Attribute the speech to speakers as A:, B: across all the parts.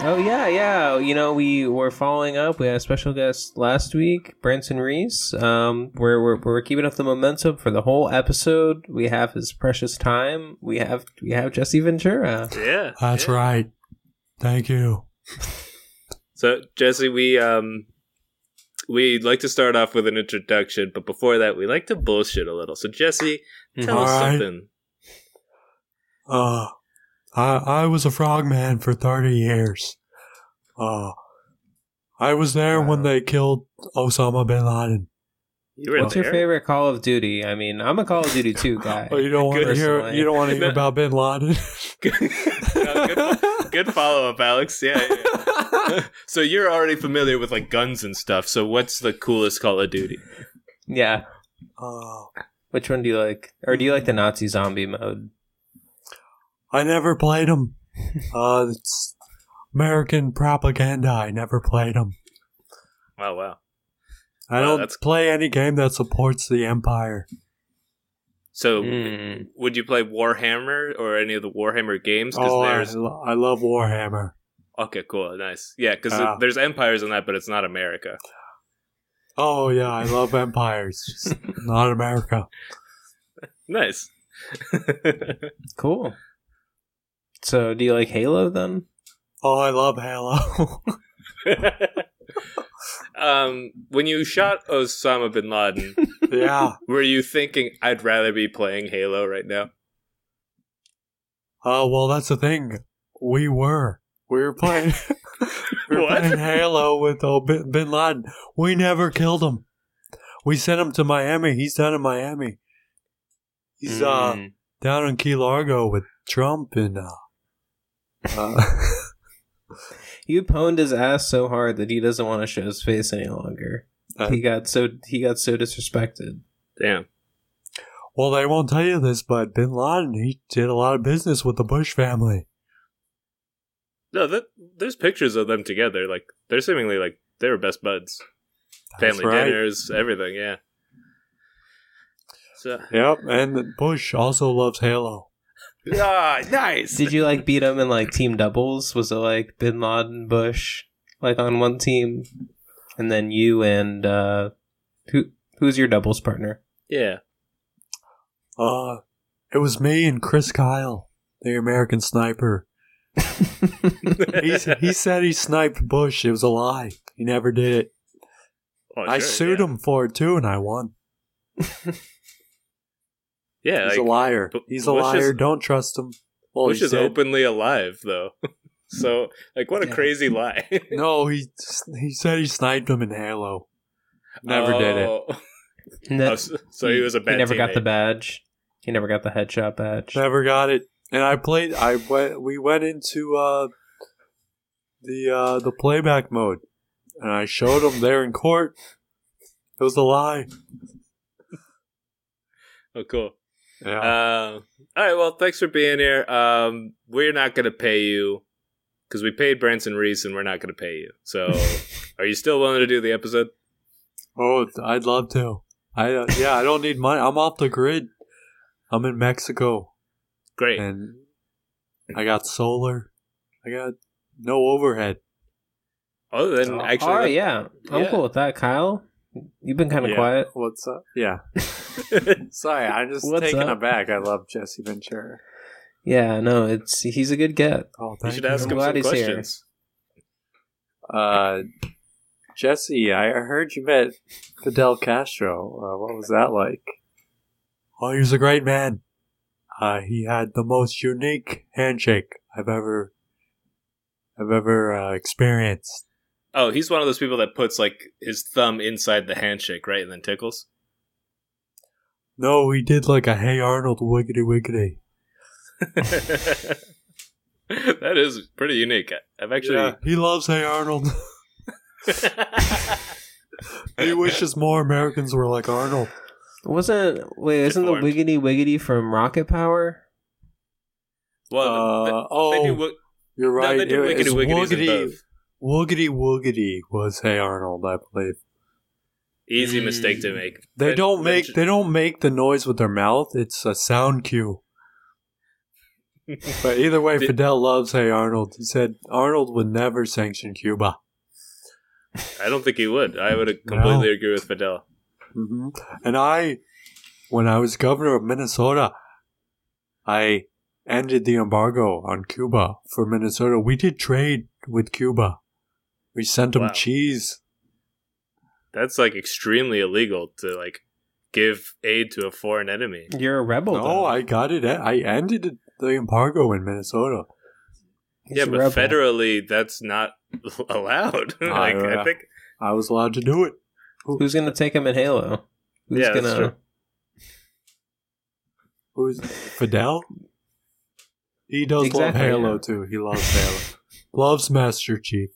A: Oh yeah, yeah. You know, we were following up. We had a special guest last week, Branson Reese. Um, we're, we're we're keeping up the momentum for the whole episode. We have his precious time. We have we have Jesse Ventura.
B: Yeah.
C: That's
B: yeah.
C: right. Thank you.
B: So Jesse, we um we like to start off with an introduction, but before that we like to bullshit a little. So Jesse, tell
C: All
B: us
C: right.
B: something.
C: Uh, I I was a frogman for thirty years. Uh, I was there when they killed Osama bin Laden.
B: You were
A: What's your
B: there?
A: favorite Call of Duty? I mean, I'm a Call of Duty two guy.
C: Oh, you don't want to hear
A: Personally.
C: you don't want to hear
B: No.
C: about bin Laden.
B: No, good, good follow up, Alex. Yeah. yeah. so you're already familiar with like guns and stuff. So what's the coolest Call of Duty?
A: Yeah.
C: uh,
A: Which one do you like? Or do you
C: Mm.
A: like the Nazi zombie mode?
C: I never played them. Uh, it's American propaganda. I never played them.
B: Wow, Oh, wow.
C: I
B: Wow,
C: don't
B: that's-
C: play any game that supports the empire.
B: So
C: Hmm.
A: Mm.
B: would you play Warhammer or any of the Warhammer games? Because
C: Oh, I,
B: there's
C: lo- I love Warhammer.
B: okay, cool, nice, yeah. Because
C: Ah.
B: there's empires in that, but it's not America.
C: Oh yeah, I love empires. Just not America.
B: Nice.
A: Cool. So, do you like Halo then?
C: Oh, I love Halo.
B: um, when you shot Osama bin Laden,
C: yeah.
B: were you thinking I'd rather be playing Halo right now?
C: Oh well, that's the thing. We were we were playing we were
B: What?
C: playing Halo with old bin, bin Laden. We never killed him. We sent him to Miami. He's down in Miami. He's
B: Hmm.
C: uh
A: Mm.
C: down in Key Largo with Trump and uh. uh
A: You pwned his ass so hard that he doesn't want to show his face any longer.
C: Uh,
A: he got so he got so disrespected.
B: Damn.
C: well, they won't tell you this, but Bin Laden he did a lot of business with the Bush family.
B: No, that, there's pictures of them together. Like they're seemingly like they were best buds.
C: That's
B: Family
C: right.
B: dinners, everything. Yeah. So
C: Yep, and Bush also loves Halo.
B: ah, nice.
A: Did you like beat him in like team doubles? Was it like Bin Laden, Bush, like on one team, and then you and uh, who who's your doubles partner?
B: yeah.
C: Uh, it was me and Chris Kyle, the American sniper. he, he said he sniped Bush. It was a lie. He never did it.
B: Oh,
C: I
B: sure,
C: sued
B: yeah.
C: him for it too, and I won.
B: Yeah,
C: He's
B: like,
C: a liar.
B: Bu-
C: He's a
B: Bush
C: liar.
B: is-
C: Don't trust him. Well,
B: Bush
C: he
B: is
C: said-
B: openly alive though. so like, what a
A: Yeah.
B: crazy lie.
C: No, he he said he sniped him in Halo. Never did it.
B: Oh.
A: And that-
B: Oh, so so he was a bad.
A: He never got
B: teammate.
A: the badge. He never got the headshot badge.
C: Never got it. And I played. I went. We went into uh, the uh, the playback mode, and I showed him there in court. It was a lie.
B: Oh, cool.
C: Yeah.
B: Um, all right. Well, thanks for being here. Um, we're not going to pay you because we paid Branson Reese, and we're not going to pay you. So,
A: Oh,
B: are you still willing to do the episode?
C: Oh, I'd love to. I uh, yeah, I don't need money. I'm off the grid. I'm in Mexico
B: Great.
C: and I got solar. I got no overhead.
B: Oh, then actually,
A: oh yeah, I'm
B: yeah.
A: cool with that, Kyle. You've been kind of
C: Yeah.
A: quiet.
C: What's up? Yeah. Sorry, I'm just
A: What's
C: taken
A: up?
C: aback. I love Jesse Ventura.
A: Yeah, no, it's he's a good get.
C: Oh,
B: you
C: thank you.
B: should ask
A: I'm
B: him
A: glad
B: some
A: he's here.
B: questions.
C: Uh, Jesse, I heard you met Fidel Castro. Uh, what was that like? Oh, he was a great man. Uh, he had the most unique handshake I've ever, I've ever uh, experienced.
B: Oh, he's one of those people that puts like his thumb inside the handshake, right, and then tickles.
C: No, he did like a Hey Arnold wiggity wiggity.
B: that is pretty unique. I- I've actually.
C: he loves Hey Arnold. he wishes more Americans were like Arnold.
A: Wasn't wait? Isn't the
B: Deformed.
A: wiggity wiggity from Rocket Power?
B: well, th-
C: Uh,
B: they
C: oh,
B: do. Wo-
C: you're
B: no,
C: right.
B: they do
C: It- it's
B: wiggity wiggities in
C: woogity-
B: both.
C: Woogity woogity was Hey Arnold, I believe.
B: Easy mistake
A: Mm.
B: to make.
C: They
B: Then-
C: don't
B: then
C: make
B: ju-
C: they don't make the noise with their mouth. It's a sound cue. But either way,
B: Did-
C: Fidel loves Hey Arnold. He said Arnold would never sanction Cuba.
B: I don't think he would. I would completely
C: No.
B: agree with Fidel.
C: hmm And I, when I was governor of Minnesota, I ended the embargo on Cuba for Minnesota. We did trade with Cuba. We sent them
B: Wow.
C: cheese.
B: That's like extremely illegal to like give aid to a foreign enemy.
A: You're a rebel.
C: No,
A: though.
C: Oh, I got it. I ended the embargo in Minnesota.
A: He's
B: yeah,
A: a
B: but
A: rebel.
B: federally, that's not allowed. like,
C: yeah.
B: I think
C: I was allowed to do it.
A: Who's gonna take him in Halo? Who's
B: Yeah,
A: gonna?
B: that's true.
C: Who's Fidel? He does
A: Exactly,
C: love Halo
A: yeah.
C: too. He loves Halo. loves Master Chief.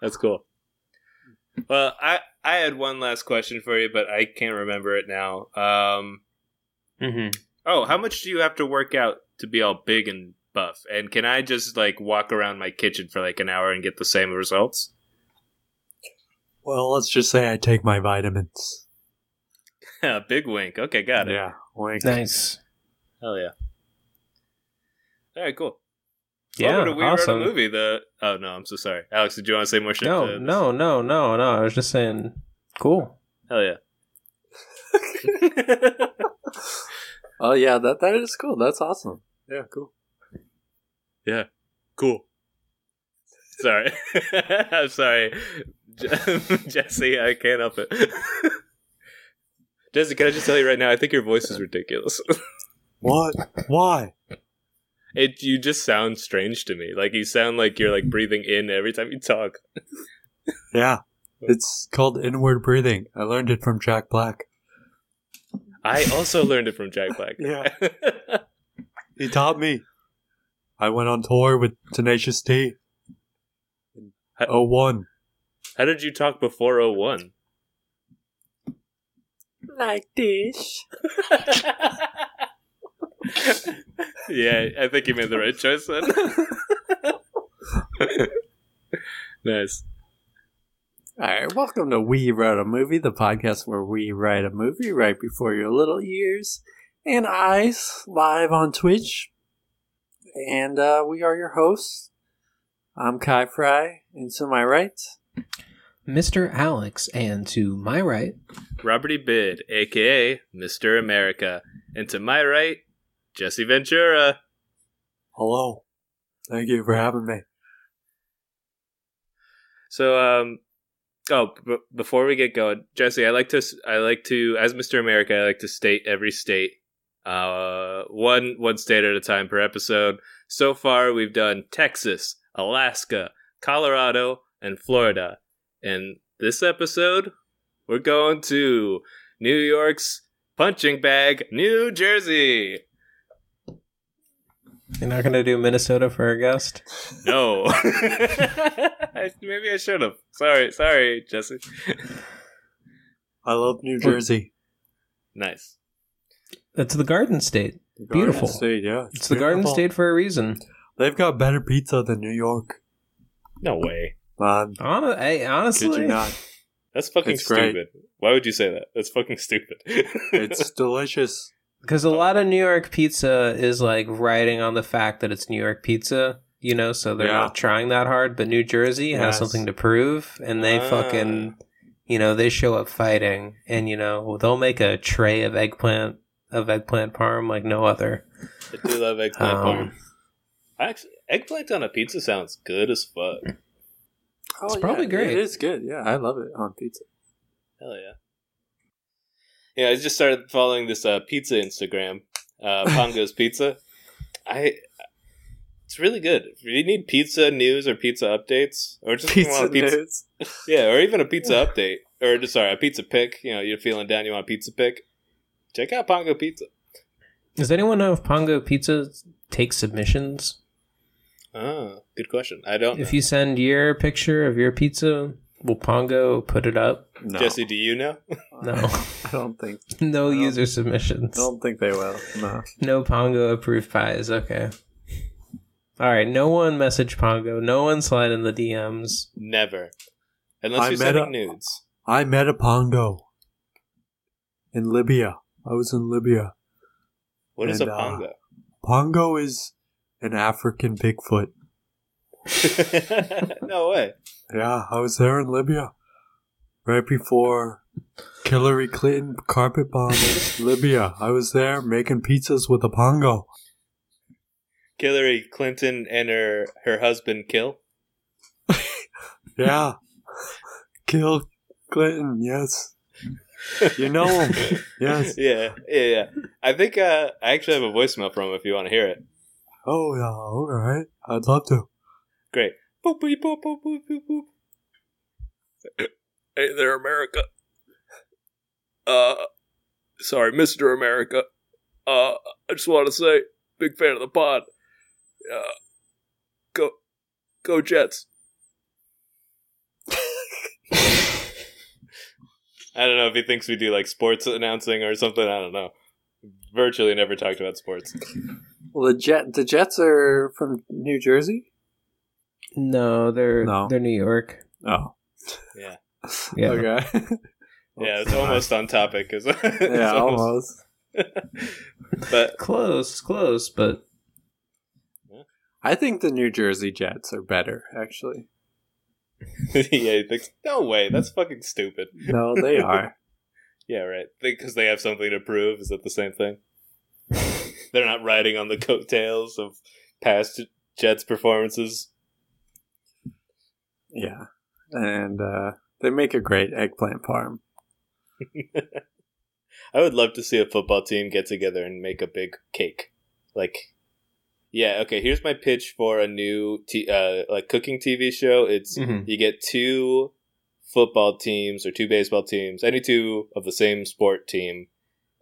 B: That's cool. Well, I I had one last question for you, but I can't remember it now. Um,
A: Mm-hmm.
B: oh, how much do you have to work out to be all big and buff? And can I just like walk around my kitchen for like an hour and get the same results?
C: Well, let's just say I take my vitamins.
B: Big wink. Okay, got it.
C: Yeah. Wink.
A: Nice.
B: Hell yeah. All right, cool.
A: Yeah,
B: Welcome to we
A: awesome.
B: Wrote a Movie. The oh no, I'm so sorry, Alex. Did you want to say more shit?
A: No,
B: to-
A: no, no, no, no. I was just saying, cool.
B: Hell yeah.
C: Oh yeah, that that is cool. That's awesome. Yeah, cool.
B: Cool. Sorry. I'm sorry. Je- Jesse, I can't help it. Jesse, can I just tell you right now? I think your voice is ridiculous.
C: What? Why?
B: It you just sound strange to me. Like you sound like you're like breathing in every time you talk.
C: Yeah. It's called inward breathing. I learned it from Jack Black.
B: I also learned it from Jack Black.
C: Yeah. He taught me. I went on tour with Tenacious D.
B: How-
C: Oh one.
B: How did you talk before 01?
C: Like this.
B: yeah, I think you made the right choice then. nice.
C: All right, welcome to We Wrote a Movie, the podcast where we write a movie right before your little ears and eyes, live on Twitch. And uh, we are your hosts. I'm Kai Fry, and to my right,
A: Mr. Alex, and to my right,
B: Robert E. Bid, aka Mr. America. And to my right, Jesse Ventura.
C: hello. Thank you for having me.
B: So, um, oh, b- before we get going, Jesse, I like to, s- I like to, as Mr. America, I like to state every state, uh, one one state at a time per episode. So far, we've done Texas, Alaska, Colorado, and Florida. And this episode, we're going to New York's punching bag, New Jersey.
A: you're not gonna do Minnesota for a guest.
B: No. I- Maybe I should have. Sorry, sorry, Jesse.
C: I love New Jersey.
B: Nice.
A: It's the Garden State.
C: The
A: Beautiful.
C: Garden State, yeah.
A: It's the Garden
C: beautiful.
A: State for a reason.
C: They've got better pizza than New York.
B: No way.
C: Man,
A: Hon- hey, honestly,
C: kid you not.
B: That's fucking
C: It's great.
B: stupid. Why would you say that? That's fucking stupid.
C: It's delicious.
A: because a lot of New York pizza is like riding on the fact that it's New York pizza, you know, so they're
C: Yeah.
A: not trying that hard. But New Jersey has
C: Yes.
A: something to prove, and they
B: Ah.
A: fucking, you know, they show up fighting, and you know, they'll make a tray of eggplant of eggplant parm like no other.
B: I do love eggplant
A: Um,
B: parm. I Actually, eggplant on a pizza sounds good as fuck.
C: Oh,
A: It's probably
C: yeah,
A: great.
C: It is good. Yeah, I love it on pizza.
B: Hell yeah. Yeah, I just started following this uh, pizza Instagram, uh, Pongo's Pizza. I. It's really good. If you need pizza news or pizza updates, or just
C: Pizza,
B: want pizza,
C: news.
B: Yeah, or even a pizza update, or just sorry, a pizza pick. You know, you're feeling down, you want a pizza pick. Check out Pongo Pizza.
A: Does anyone know if Pongo Pizza takes submissions?
B: Oh, good question. I don't.
A: If
B: know.
A: you send your picture of your pizza, will Pongo put it up?
C: No.
B: Jesse, do you know?
A: No.
C: I don't think
A: no
C: don't-
A: user submissions.
C: don't think they will. No.
A: No Pongo approved pies. Okay. All right. No one message Pongo. No one slide in the DMs.
B: Never, unless
C: I
B: you're
C: met
B: sending
C: a-
B: nudes.
C: I met a Pongo in Libya. I was in Libya.
B: What is
C: and,
B: a
C: uh,
B: Pongo?
C: Pongo is an African Bigfoot.
B: no way.
C: Yeah, I was there in Libya right before Hillary Clinton carpet bombed Libya. I was there making pizzas with a pongo.
B: Hillary Clinton and her her husband kill.
C: Yeah, kill Clinton. Yes, you know him. Yes.
B: yeah, yeah, yeah. I think uh, I actually have a voicemail from him if you want to hear it.
C: Oh yeah. All right. I'd love to.
B: Great. Boop, boop, boop, boop, boop, boop, boop. Hey there, America. Uh, sorry, Mister America. Uh, I just want to say, big fan of the pod. Uh, go, go Jets. I don't know if he thinks we do like sports announcing or something. I don't know. Virtually never talked about sports.
C: Well, the Jet the Jets are from New Jersey.
A: No, they're
C: No.
A: they're New York.
C: Oh.
B: Yeah.
A: Yeah.
C: Okay.
B: Yeah, it's almost on topic. 'cause- it's
C: Yeah,
B: almost-
C: almost.
B: but
A: Close, close, but
C: I think the New Jersey Jets are better, actually.
B: yeah, he thinks, no way, that's fucking stupid.
C: No, they are.
B: Yeah, right. Because they have something to prove. Is that the same thing? They're not riding on the coattails of past Jets performances.
C: yeah. And uh, they make a great eggplant farm.
B: I would love to see a football team get together and make a big cake. Like, yeah, okay. Here's my pitch for a new t- uh, like cooking TV show. It's
A: Mhm.
B: you get two football teams or two baseball teams, any two of the same sport team,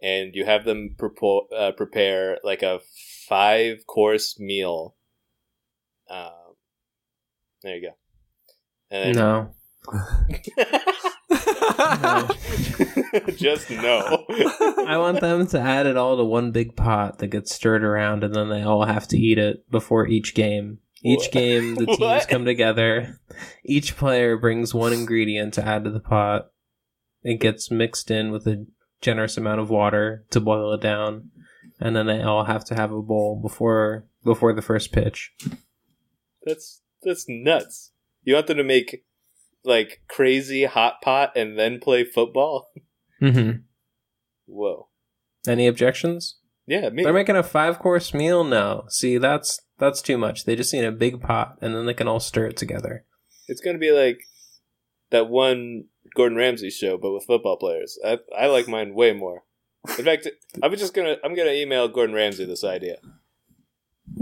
B: and you have them prepo- uh, prepare like a five course meal. Um, there you go. And then-
A: no.
B: just no.
A: I want them to add it all to one big pot that gets stirred around, and then they all have to eat it before each game. Each
B: What?
A: game, the teams
B: What?
A: come together. Each player brings one ingredient to add to the pot. It gets mixed in with a generous amount of water to boil it down, and then they all have to have a bowl before before the first pitch.
B: That's that's nuts. You want them to make like crazy hot pot and then play football?
A: Mm-hmm.
B: Whoa.
A: Any objections?
B: Yeah, me.
A: They're making a five course meal now. See, that's that's too much. They just need a big pot, and then they can all stir it together.
B: it's gonna be like that one Gordon Ramsay show, but with football players. I I like mine way more. In fact, I'm just gonna I'm gonna email Gordon Ramsay this idea.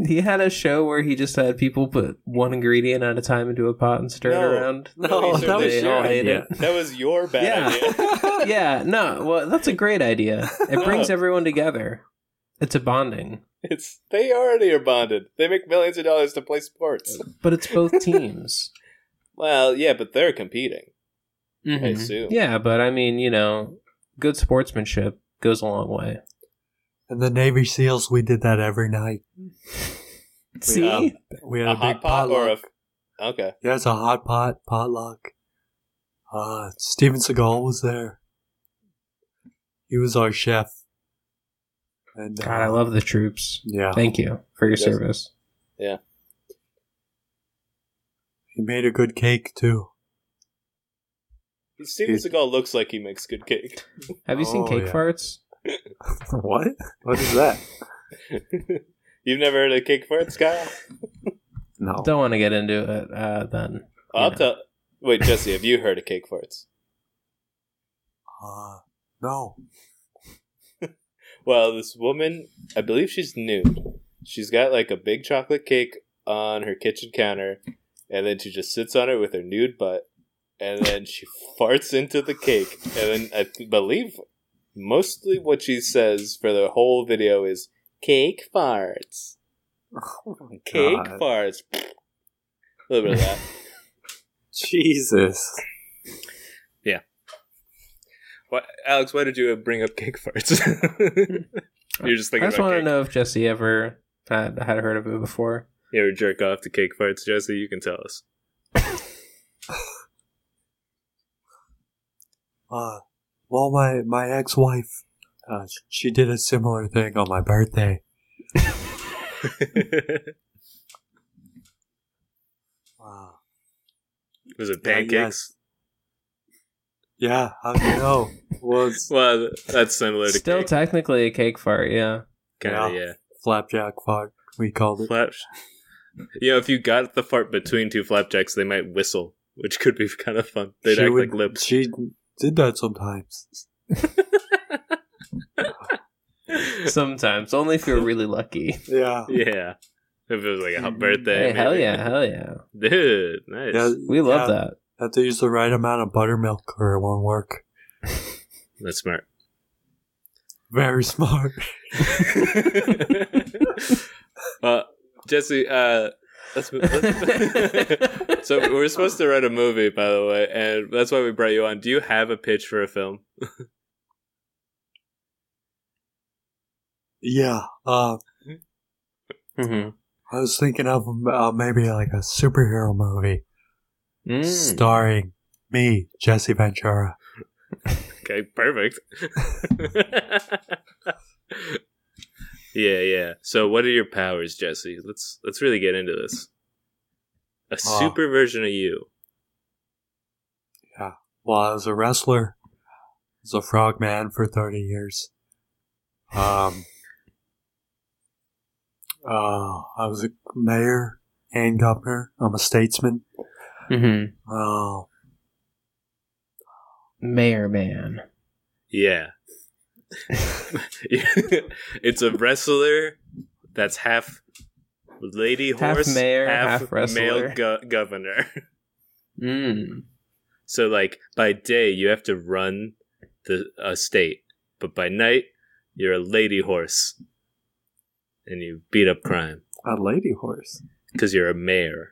A: He had a show where he just had people put one ingredient at a time into a pot and stir
B: No.
A: it around.
C: no,
B: They
C: that was
A: all
C: your
A: hate
C: idea.
B: That was your bad
A: Yeah.
B: idea.
A: Yeah, no, well, that's a great idea. It
B: No.
A: brings everyone together. It's a bonding,
B: It's they already are bonded. They make millions of dollars to play sports.
A: but it's both teams.
B: Well, yeah, but they're competing.
C: Mm-hmm.
B: I
A: Mhm.
B: assume.
A: Yeah, but I mean, you know, good sportsmanship goes a long way.
C: And the Navy SEALs, we did that every night.
A: See,
B: um,
C: We had
B: A
C: a, big
B: hot pot or a
C: potluck.
B: okay.
C: Yeah, it's a hot pot potluck. Uh, Steven Seagal was there. He was our chef. And,
A: God, I
C: uh,
A: love the troops.
C: Yeah,
A: Thank you for your
B: Yes.
A: service.
C: he made a good cake too.
B: Steven
C: Dude.
B: Seagal looks like he makes good cake.
A: Have you seen
C: Oh,
A: cake
C: yeah.
A: farts?
C: what? What is that?
B: You've never heard of cake farts, Kyle? Oh.
C: No.
A: Don't want to get into it. Uh, then
B: I'll
A: Yeah.
B: tell. Wait, Jesse, have you heard of cake farts?
C: Uh, no.
B: Well, this woman, I believe she's nude. She's got like a big chocolate cake on her kitchen counter, and then she just sits on it with her nude butt, and then she farts into the cake. And then I th- believe mostly what she says for the whole video is cake farts,
C: Oh my
B: cake farts. A little bit of that.
C: Jesus.
B: Why, Alex, why did you bring up cake farts? You're just
A: I
B: thinking
A: just
B: about
A: want
B: cake.
A: to know if Jesse ever had, had heard of it before.
B: You ever jerk off to cake farts, Jesse? You can tell us.
C: Uh, well, my, my ex-wife, uh, she did a similar thing on my birthday. Wow.
B: Was it
C: Uh, Yeah,
B: pancakes?
C: Yeah, how do you know? Was
B: Well, that's similar to
A: Still
B: cake.
A: technically a cake fart, yeah.
B: Kinda,
C: Yeah.
B: yeah.
C: flapjack fart? We called it.
B: Flap. You know, if you got the fart between two flapjacks, they might whistle, which could be kind of fun. They'd
C: She
B: act
C: would-
B: like lips.
C: She did that sometimes.
A: Sometimes. Only if you're really lucky.
C: Yeah.
B: yeah. If it was like a birthday.
A: Hey, hell
B: maybe.
A: yeah, hell yeah.
B: Dude, nice.
C: Yeah,
A: We love
C: yeah,
A: that.
C: Have to use the right amount of buttermilk or it won't work.
B: That's smart.
C: Very smart.
B: uh, Jesse, uh, let's move. let's- so we're supposed to write a movie, by the way, and that's why we brought you on. Do you have a pitch for a film?
C: Yeah. Uh,
A: Mm-hmm.
C: I was thinking of uh, maybe like a superhero movie
A: Hmm. Mm.
C: starring me, Jesse Ventura.
B: Okay, perfect. yeah, yeah. So, what are your powers, Jesse? Let's let's really get into this. A
C: Ah.
B: super version of you.
C: Well, I was a wrestler. I was a frogman for 30 years. Um, uh, I was a mayor and governor. I'm a statesman.
A: Mm-hmm.
C: Uh,
A: Mayor man.
B: Yeah. it's a wrestler that's half lady
A: Half
B: horse,
A: mayor, half wrestler.
B: male go- governor.
A: Mm.
B: So like by day you have to run the a state, but by night you're a lady horse, and you beat up crime
C: a lady horse.
B: because you're a mayor.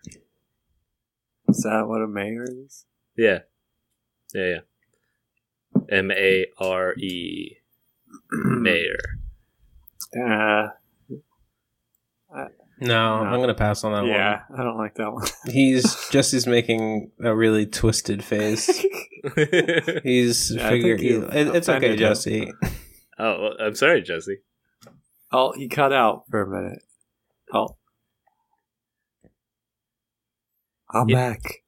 C: Is that what a mayor is?
B: Yeah, yeah, yeah. M A R E
C: Mm-hmm.
B: mayor.
C: Uh,
A: No,
C: No.
A: I'm gonna pass on that
C: yeah, I don't like that one.
A: one. He's Jesse's making a really twisted face. He's
C: Yeah, I
A: figure.
C: think you
A: it- it's okay,
C: offended him.
A: Jesse.
B: oh, well, I'm sorry, Jesse.
C: oh, he cut out for a minute. Oh. I'm
B: Yeah.
C: back.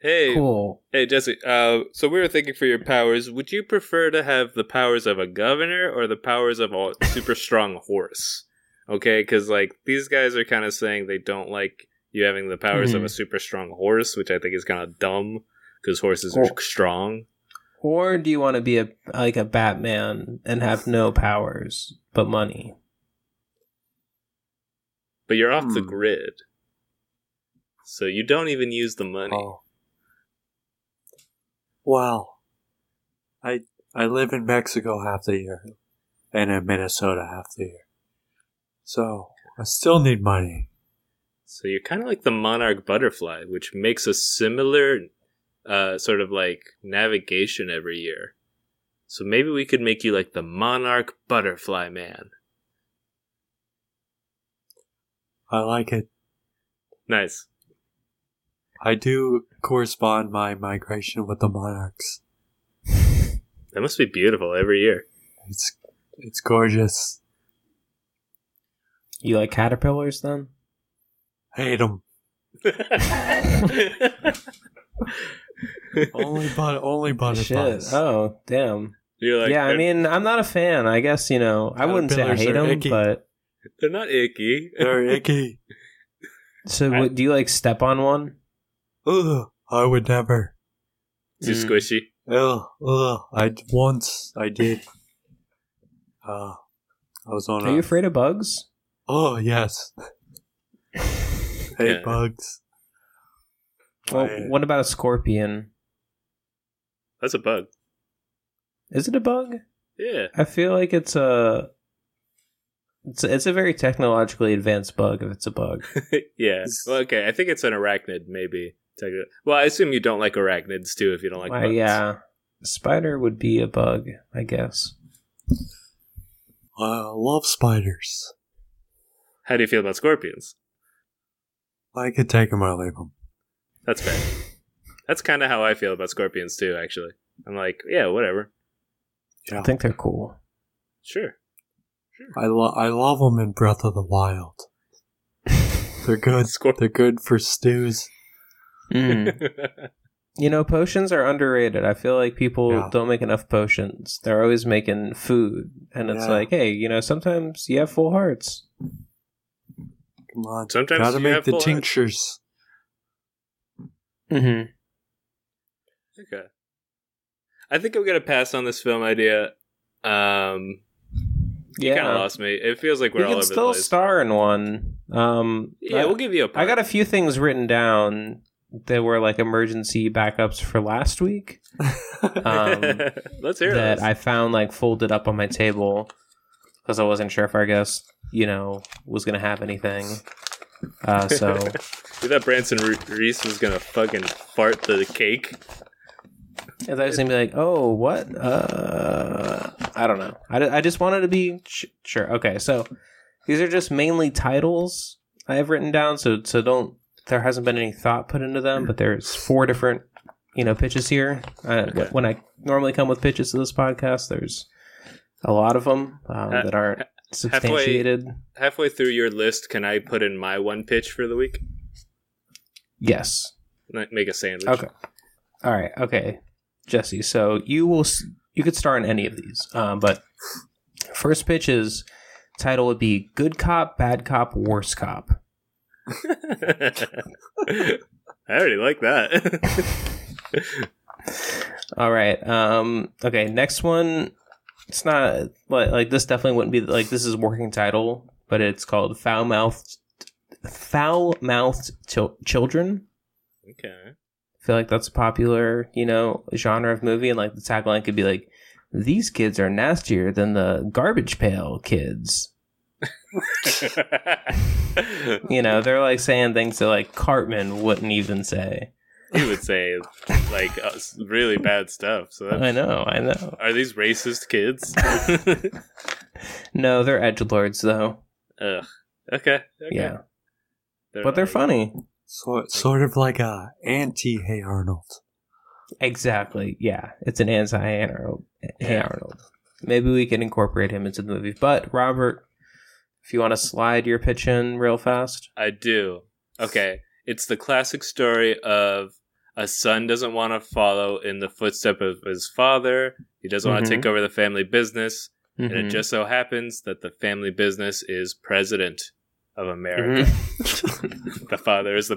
B: Hey,
A: Cool.
B: hey, Jesse. Uh, so we were thinking for your powers. Would you prefer to have the powers of a governor or the powers of a super strong horse? Okay, because like these guys are kind of saying they don't like you having the powers of
A: Mhm.
B: a super strong horse, which I think is kind of dumb because horses are
A: Well-
B: strong.
A: Or do you want to be a like a Batman and have no powers but money?
B: But you're off the
C: Hmm.
B: grid. So you don't even use the money.
C: Oh. Wow. I I live in Mexico half the year and in Minnesota half the year. So I still need money.
B: So you're kind of like the monarch butterfly, which makes a similar uh, sort of like navigation every year. So maybe we could make you like the monarch butterfly man.
C: I like it.
B: Nice.
C: I do correspond my migration with the monarchs.
B: That must be beautiful every year.
C: It's it's gorgeous.
A: You like caterpillars then?
C: Hate 'em. Only but only
A: Shit.
C: butterflies.
A: Oh damn.
B: You're like,
A: yeah, I
B: they're-
A: mean, I'm not a fan. I guess you know, I wouldn't say I
C: uh, Caterpillars
A: hate
C: are
A: them,
C: icky.
A: but
B: they're not icky.
C: They're icky.
A: so
B: I-
A: what, do you like step on one?
C: Ugh. I would never.
B: Too
A: Mm.
B: squishy.
C: Ugh, ugh. I d- once I did. Uh, I was on
A: Are
C: a.
A: you afraid of bugs?
C: oh yes. Hate
B: Yeah.
C: bugs.
A: Well,
C: I-
A: what about a scorpion?
B: That's a bug.
A: Is it a bug?
B: Yeah.
A: I feel like it's a it's a, it's a very technologically advanced bug. If it's a bug,
B: yeah.
C: It's-
B: Well, okay. I think it's an arachnid, maybe. Technically. Well, I assume you don't like arachnids too if you don't like
A: Why,
B: bugs.
A: yeah, spider would be a bug, I guess.
C: I love spiders.
B: How do you feel about scorpions?
C: I could take them or leave them.
B: That's fair. That's kind of how I feel about scorpions too. Actually, I'm like, yeah, whatever,
C: Yeah,
A: I think they're cool.
B: sure.
C: I lo- I love them in Breath of the Wild. They're good.
B: Score.
C: They're good for stews. Hmm.
A: Hmm.
D: Mm.
A: You know, potions are underrated. I feel like people
C: Yeah.
A: don't make enough potions. They're always making food, and it's
C: Yeah.
A: like, hey, you know, sometimes you have full hearts.
C: Come on.
B: Sometimes
C: gotta
B: you
C: make
B: have
C: the
B: full hearts.
C: tinctures.
D: Mm-hmm.
B: Okay. I think I'm gonna pass on this film idea. Um, you kind
A: Yeah,
B: of lost me. It feels like
A: we
B: we're all
A: can
B: over
A: still
B: the place.
A: star in one. Um,
B: yeah,
A: I,
B: we'll give you a. Part.
A: I got a few things written down that were like emergency backups for last week um,
B: Let's hear
A: that
B: it.
A: I found like folded up on my table because I wasn't sure if our guest, you know, was gonna have anything. Uh, so
B: Dude, that Branson Re- Reese was gonna fucking fart the cake.
A: And I was gonna be like, oh, what? Uh, I don't know. I, I just wanted to be sh- sure. Okay, so these are just mainly titles I have written down. So so don't. There hasn't been any thought put into them, but there's four different you know pitches here. Uh,
B: Okay.
A: When I normally come with pitches to this podcast, there's a lot of them um,
B: Ha-
A: that aren't substantiated.
B: Halfway through your list, can I put in my one pitch for the week?
A: Yes.
B: Like, Make a sandwich.
A: Okay. All right. Okay, Jesse. So you will s- you could star in any of these, um, but first pitch is title would be "Good Cop, Bad Cop, Worse Cop."
B: I already like that.
A: All right. Um, okay. Next one. It's not like like this. Definitely wouldn't be like this is working title, but it's called "Foul Mouthed Foul Mouthed Til- Children."
B: okay.
A: I feel like that's a popular, you know, genre of movie, and like the tagline could be like, "These kids are nastier than the garbage pail kids." You know, they're like saying things that like Cartman wouldn't even say.
B: he would say like uh, s- really bad stuff. So that's,
A: I know, I know.
B: are these racist kids?
A: No, they're edge lords though.
B: Ugh. Okay. okay.
A: Yeah, but they're
B: alright.
A: funny.
C: So, sort of like a anti Hey Arnold.
A: Exactly. Yeah, it's an anti Arnold. Hey
B: Yeah.
A: Arnold. Maybe we can incorporate him into the movie. But Robert, if you want to slide your pitch in real fast,
B: I do. Okay. It's the classic story of a son doesn't want to follow in the footstep of his father. He doesn't want
A: Mhm.
B: to take over the family business. And
A: Mhm.
B: it just so happens that the family business is president of America.
A: Mhm.
B: The father is the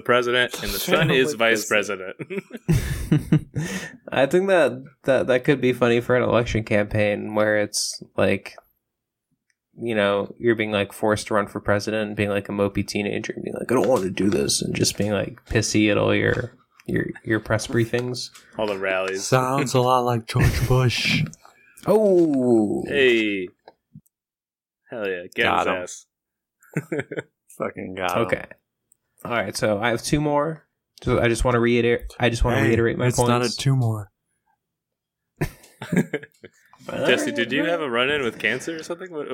B: president and the son is
C: Family
B: vice president.
A: I think that, that that could be funny for an election campaign where it's like, you know, you're being like forced to run for president and being like a mopey teenager and being like, I don't want to do this, and just being like pissy at all your your your press briefings.
B: All the rallies.
C: Sounds a lot like George Bush.
A: Oh,
B: Hey. Hell yeah. Get
C: Got
B: his
C: him.
B: ass.
C: Fucking god.
A: okay, all right. So I have two more. So I just want to reiterate. I just want to
C: Hey,
A: reiterate my
C: it's
A: points.
C: not a two more.
B: Jesse, did you have a run in with cancer or something? What,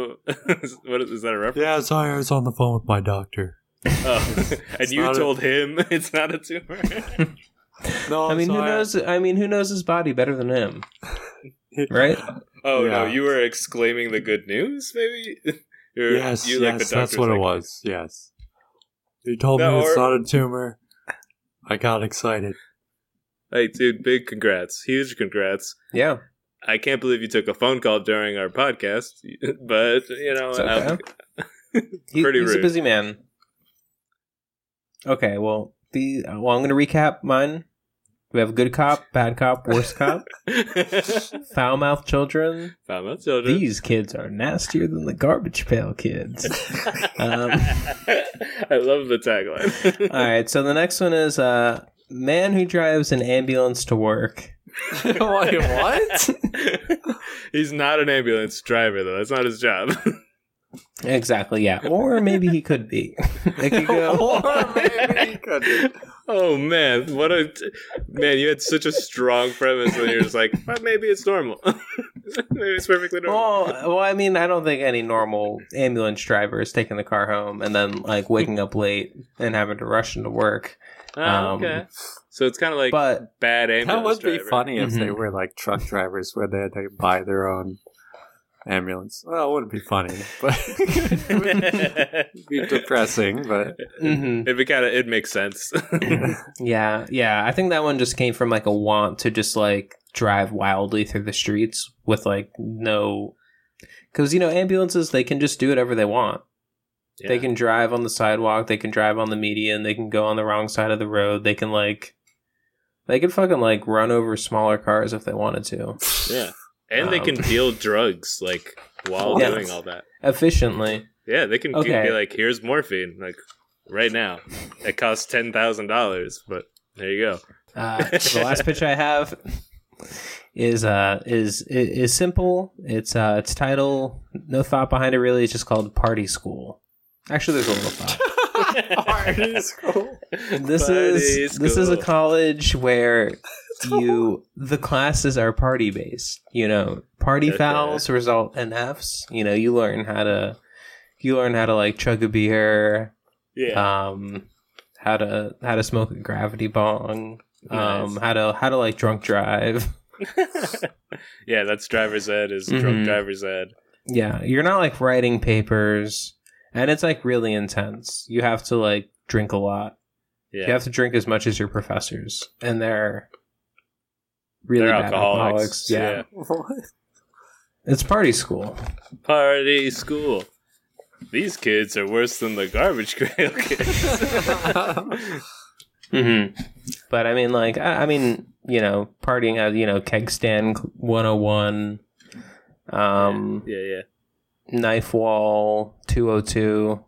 B: what is, is that a reference?
C: Yeah, sorry, I was on the phone with my doctor.
B: Oh. and
C: It's
B: you
C: not a-
B: told him it's not a tumor.
C: No,
A: I
C: I'm
A: mean, who
C: sorry.
A: knows? I mean, who knows his body better than him, right?
B: oh no,
C: Yeah.
B: you were exclaiming the good news, maybe? You're-
C: Yes,
B: you, like, the
C: yes, that's
B: doctor's
C: what it
B: like,
C: was. Yes. You told
B: No,
C: me it's
B: or-
C: not a tumor. I got excited.
B: Hey dude, big congrats. Huge congrats.
A: Yeah.
B: I can't believe you took a phone call during our podcast, but you know, um,
A: It's
B: I'm-
A: okay. He-
B: Oh, Pretty
A: he's a
B: rude.
A: busy man. Okay, well, the uh, well, I'm going to recap mine. We have good cop, bad cop, worse cop, foul mouth children.
B: found my children.
A: These kids are nastier than the garbage pail kids. Um,
B: I love the tagline.
A: All right, so the next one is uh, man who drives an ambulance to work.
C: Wait, what?
B: He's not an ambulance driver though. That's not his job.
A: Exactly, yeah. Or maybe he could be. It could go.
C: Or maybe you couldn't.
B: oh man, what a man! You had such a strong premise, and you're just like, well, maybe it's normal. maybe it's perfectly normal.
A: Well, well, I mean, I don't think any normal ambulance driver is taking the car home and then like waking up late and having to rush into work.
B: Ah,
A: um,
B: okay, so it's kind of like
A: But
B: bad ambulance.
C: That would be
B: driver.
C: funny if they
A: Mhm.
C: were like truck drivers where they had to buy their own ambulance. Well, it wouldn't be funny, but it would be depressing. But
A: hmm
B: It'd be kind of it makes sense.
A: Yeah, yeah. I think that one just came from like a want to just like drive wildly through the streets with like no. Because, you know, ambulances, they can just do whatever they want. They can drive on the sidewalk, they can drive on the median, they can go on the wrong side of the road, they can like. They can fucking like run over smaller cars if they wanted to
B: yeah, and they can
A: Um.
B: deal drugs like while
A: Yeah.
B: doing all that.
A: efficiently.
B: Yeah, they can
A: Okay.
B: be like, "Here's morphine, like right now. It costs ten thousand dollars, but there you go."
A: Uh, the last pitch I have is uh is i- is simple. It's uh its title, no thought behind it really. It's just called Party School. Actually, there's a little thought.
C: Party's cool.
A: This is this is a college where you the classes are party based. You know, party
B: Okay.
A: fouls result in Fs. You know, you learn how to you learn how to like chug a beer,
B: yeah.
A: um, how to how to smoke a gravity bong, um,
B: Nice.
A: how to how to like drunk drive.
B: yeah, that's driver's ed is drunk
A: Mhm.
B: driver's ed.
A: Yeah, you're not like writing papers, and it's like really intense. You have to like drink a lot.
B: Yeah.
A: You have to drink as much as your professors, and they're really
B: They're
A: bad alcoholics.
B: alcoholics.
A: Yeah. it's party school.
B: Party school. These kids are worse than the garbage trail kids.
A: Mm-hmm. But I mean, like, I, I mean, you know, partying at you know keg stand 101, um,
B: yeah, yeah,
A: knife wall 202.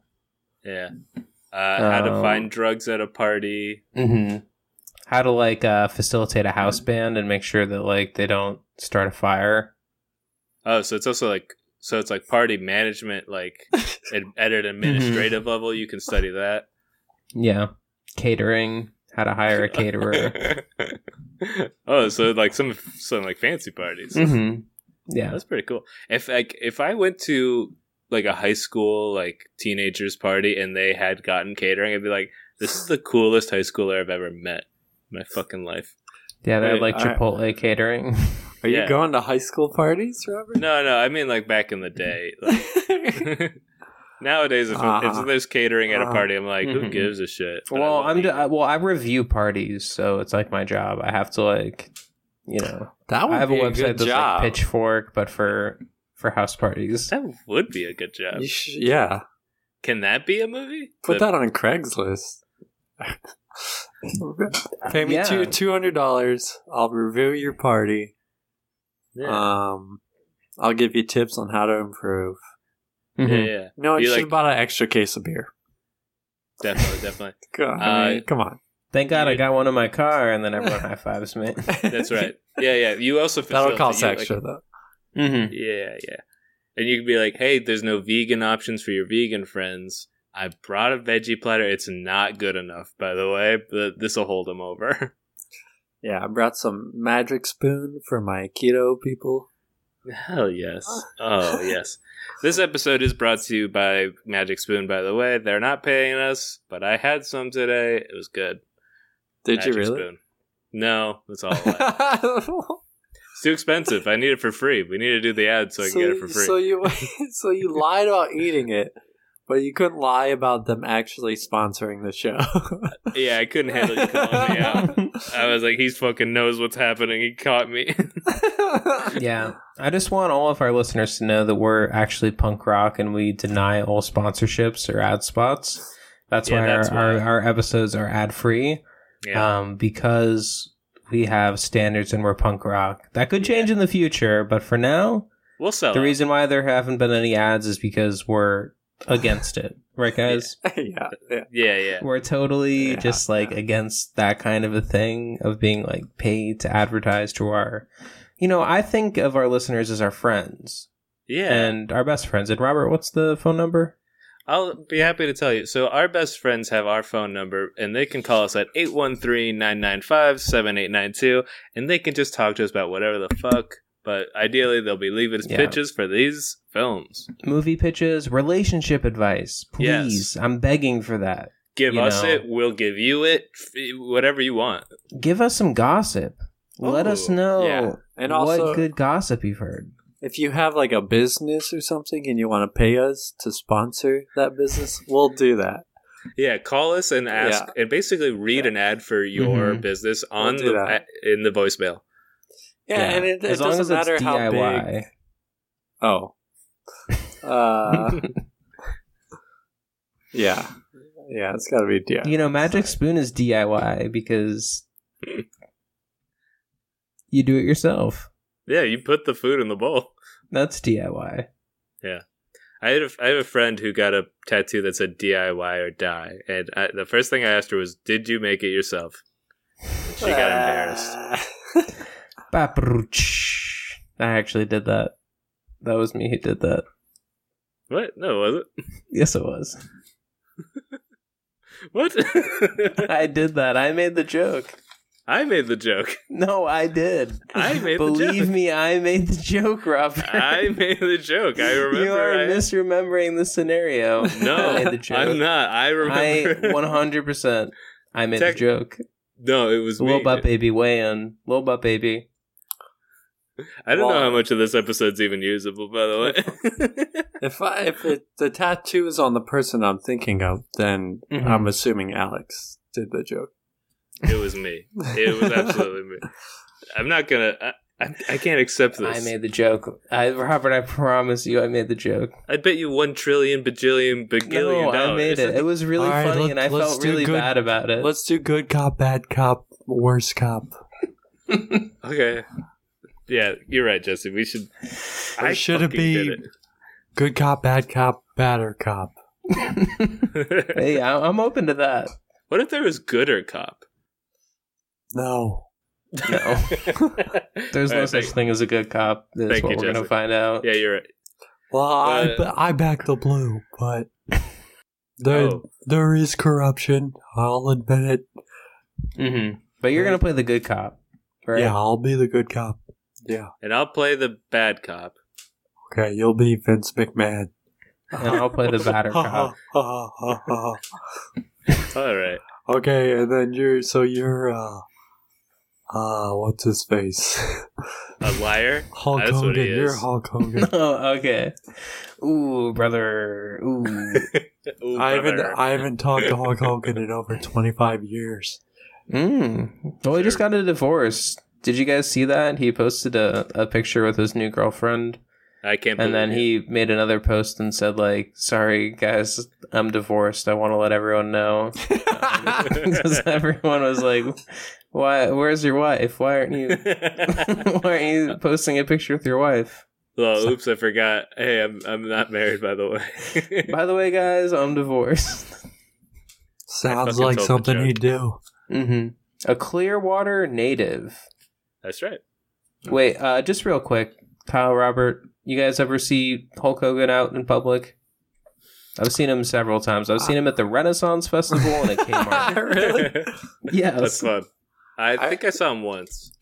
B: yeah. Uh, how to
A: Um,
B: find drugs at a party.
A: hmm How to like uh, facilitate a house band and make sure that like they don't start a fire.
B: Oh, so it's also like so it's like party management, like at, at an administrative
A: Mm-hmm.
B: level, you can study that.
A: Yeah, catering. How to hire a caterer.
B: oh, so like some some like fancy parties.
A: hmm Yeah.
B: That's pretty cool. If like if I went to like a high school like teenagers party and they had gotten catering, I'd be like, "This is the coolest high schooler I've ever met in my fucking life."
A: Yeah, they
B: Wait,
A: had like
C: all right.
A: Chipotle catering.
C: Are
B: Yeah.
C: you going to high school parties, Robert?
B: No, no, I mean like back in the day. Like, nowadays, if,
C: Ah.
B: if there's catering at a
C: Ah.
B: party, I'm like, "Who
A: Mhm.
B: gives a shit?" But I
A: well,
B: love
A: I'm d-
B: eating.
A: I, well, I review parties, so it's like my job. I have to like, you know,
C: that would
A: I have a
C: be
A: website
C: good
A: that's
C: job.
A: like Pitchfork, but for for house parties.
B: that would be a good job.
C: You sh- yeah,
B: Can that be a movie?
C: put
B: The-
C: that on Craigslist. Pay me
A: Yeah.
C: two two hundred dollars. I'll review your party.
B: Yeah,
C: Um, I'll give you tips on how to improve.
B: yeah,
A: Mhm.
B: yeah,
C: No, I
B: You
C: should
B: like-
C: have bought an extra case of beer.
B: definitely, definitely.
C: God, I
B: Uh,
C: mean, come on.
A: Thank God I got one in my car, and then everyone high fives me.
B: That's right. Yeah, yeah. You also
C: That'll cost
B: facilitate- you,
C: extra
B: like-
C: though.
A: Mm-hmm.
B: Yeah, yeah. And you can be like, hey, there's no vegan options for your vegan friends. I brought a veggie platter. It's not good enough, by the way, but this will hold them over.
C: Yeah, I brought some magic spoon for my keto people.
B: Hell yes. Oh, yes. This episode is brought to you by Magic Spoon, by the way. They're not paying us, but I had some today. It was good.
C: Did
B: Magic
C: you really?
B: Spoon. No, that's all. a lie.
C: Oh,
B: it's too expensive. I need it for free. We need to do the ad so I can get it for free.
C: So you so you lied about eating it, but you couldn't lie about them actually sponsoring the show.
B: yeah, I couldn't handle you calling me out. I was like, he's fucking knows what's happening. He caught me.
A: Yeah, I just want all of our listeners to know that we're actually punk rock, and we deny all sponsorships or ad spots. That's
B: Yeah,
A: why,
B: that's
A: our,
B: why.
A: Our, our episodes are ad free.
B: Yeah.
A: um, because we have standards and we're punk rock. That could change in the future, but for now,
B: we'll sell
A: the
B: it.
A: reason why there haven't been any ads is because we're against it, right, guys?
C: yeah, yeah.
B: Yeah, yeah.
A: We're totally
C: Yeah.
A: just like against that kind of a thing of being like paid to advertise to our. You know, I think of our listeners as our friends
B: Yeah.
A: and our best friends. And Robert, what's the phone number?
B: I'll be happy to tell you. So, our best friends have our phone number, and they can call us at 813 995 7892, and they can just talk to us about whatever the fuck. But ideally, they'll be leaving us
A: Yeah.
B: pitches for these films.
A: Movie pitches, relationship advice.
B: Yes.
A: Please, I'm begging for that.
B: Give
A: You
B: us
A: know.
B: it. We'll give you it. f- Whatever you want.
A: give us some gossip. Let us
B: Ooh,
A: know
B: yeah.
C: And also,
A: what good gossip you've heard.
C: If you have like a business or something and you want to pay us to sponsor that business, we'll do that.
B: Yeah, call us and ask, and basically read
C: Yeah.
B: an ad for your
A: Mhm.
B: business on
C: do
B: the
C: that.
B: in the voicemail.
C: Yeah, and it, it
A: as long
C: doesn't
A: as it's
C: matter how
A: DIY.
C: big. Oh. Uh, yeah. Yeah, it's got to be DIY.
A: You know, Magic Spoon is DIY because you do it yourself.
B: Yeah, you put the food in the bowl.
A: That's DIY.
B: I had a, I have a friend who got a tattoo that said DIY or die, and I, the first thing I asked her was, "Did you make it yourself?" She got embarrassed.
C: embarrassed.
A: Baprooch. I actually did that. That was me who did that.
B: What? No, was it?
A: Yes, it was.
B: What?
A: I did that. I made the joke.
B: I made the joke.
A: No, I did.
B: I made the
A: Believe
B: joke.
A: me, I made the joke, Robert.
B: I made the joke. I remember.
A: You are
B: I-
A: misremembering the scenario.
B: no,
A: I made the joke.
B: I'm not. I
A: I
B: remember.
A: 100%. I made
B: Tech-
A: the joke.
B: no, it was
A: Lil
B: me.
A: Butt Baby weigh in. Lil Butt Baby.
B: I don't know how
C: Wow.
B: much of this episode's even usable, by the way.
C: if I, if it, the tattoo is on the person I'm thinking of, then
A: Mhm.
C: I'm assuming Alex did the joke.
B: it was me. It was absolutely me. I'm not gonna. I, I, I can't accept this.
A: I
B: I,
A: made the joke. I, Robert, I promise you, I made the joke.
B: bet you one trillion bajillion bagillion
A: No,
B: dollars.
A: I made it. It was really
C: All right,
A: funny,
C: let-
A: and I
C: let's
A: felt
C: do
A: really
C: good.
A: bad about it.
C: Let's do good cop, bad cop, worst cop.
B: Okay. Yeah, you're right, Jesse. We should. I
C: should it
B: fucking
C: be-
B: did
C: Good cop, bad cop, badder cop.
B: it.
A: hey, I, I'm open to that.
B: what if there was gooder cop?
C: No.
A: No, there's
B: All
A: no
B: right,
A: such
B: thank-
A: thing as a good cop. That's
B: Thank
A: what
B: you,
A: we're gonna
B: Jesse.
A: find out.
B: Yeah, you're right.
C: Well, I,
B: Uh,
C: ba- I back the blue, but there
B: Oh.
C: there is corruption. I'll admit it.
A: hmm But you're gonna play the good cop, right?
C: Yeah, I'll be the good cop. Yeah.
B: And I'll play the bad cop.
C: Okay, you'll be Vince McMahon.
A: And I'll play the batter cop.
B: All right.
C: okay, and then you're so you're uh uh what's his face?
B: A liar.
C: Hulk
B: That's
C: Hogan.
B: what he
C: You're
B: is.
C: Hulk Hogan.
A: oh, okay. Ooh, brother. Ooh.
B: Ooh,
C: I haven't
B: brother.
C: I haven't talked to Hulk Hogan in over twenty five years.
A: Mm. Well, he just got a divorce. Did you guys see that? He posted a, a picture with his new girlfriend,
B: I can't.
A: and then
B: believe it.
A: he made another post and said, like, sorry, guys, I'm divorced. I want to let everyone know. Because everyone was like, why? Where's your wife? Why aren't you, why aren't you posting a picture with your wife?
B: well, oops, I forgot. Hey, I'm I'm not married, by the way.
A: By the way, guys, I'm divorced.
C: Sounds
B: fucking
C: like
B: told the
C: something
B: joke.
C: he'd do.
A: hmm A Clearwater native.
B: That's right.
A: Wait, uh, just real quick, Kyle Robert, you guys ever see Hulk Hogan out in public? I've seen him several times. I've seen him at the Renaissance Festival and at Kmart.
C: really?
B: That's
A: yes.
B: fun. I
C: I-
B: think I saw him once,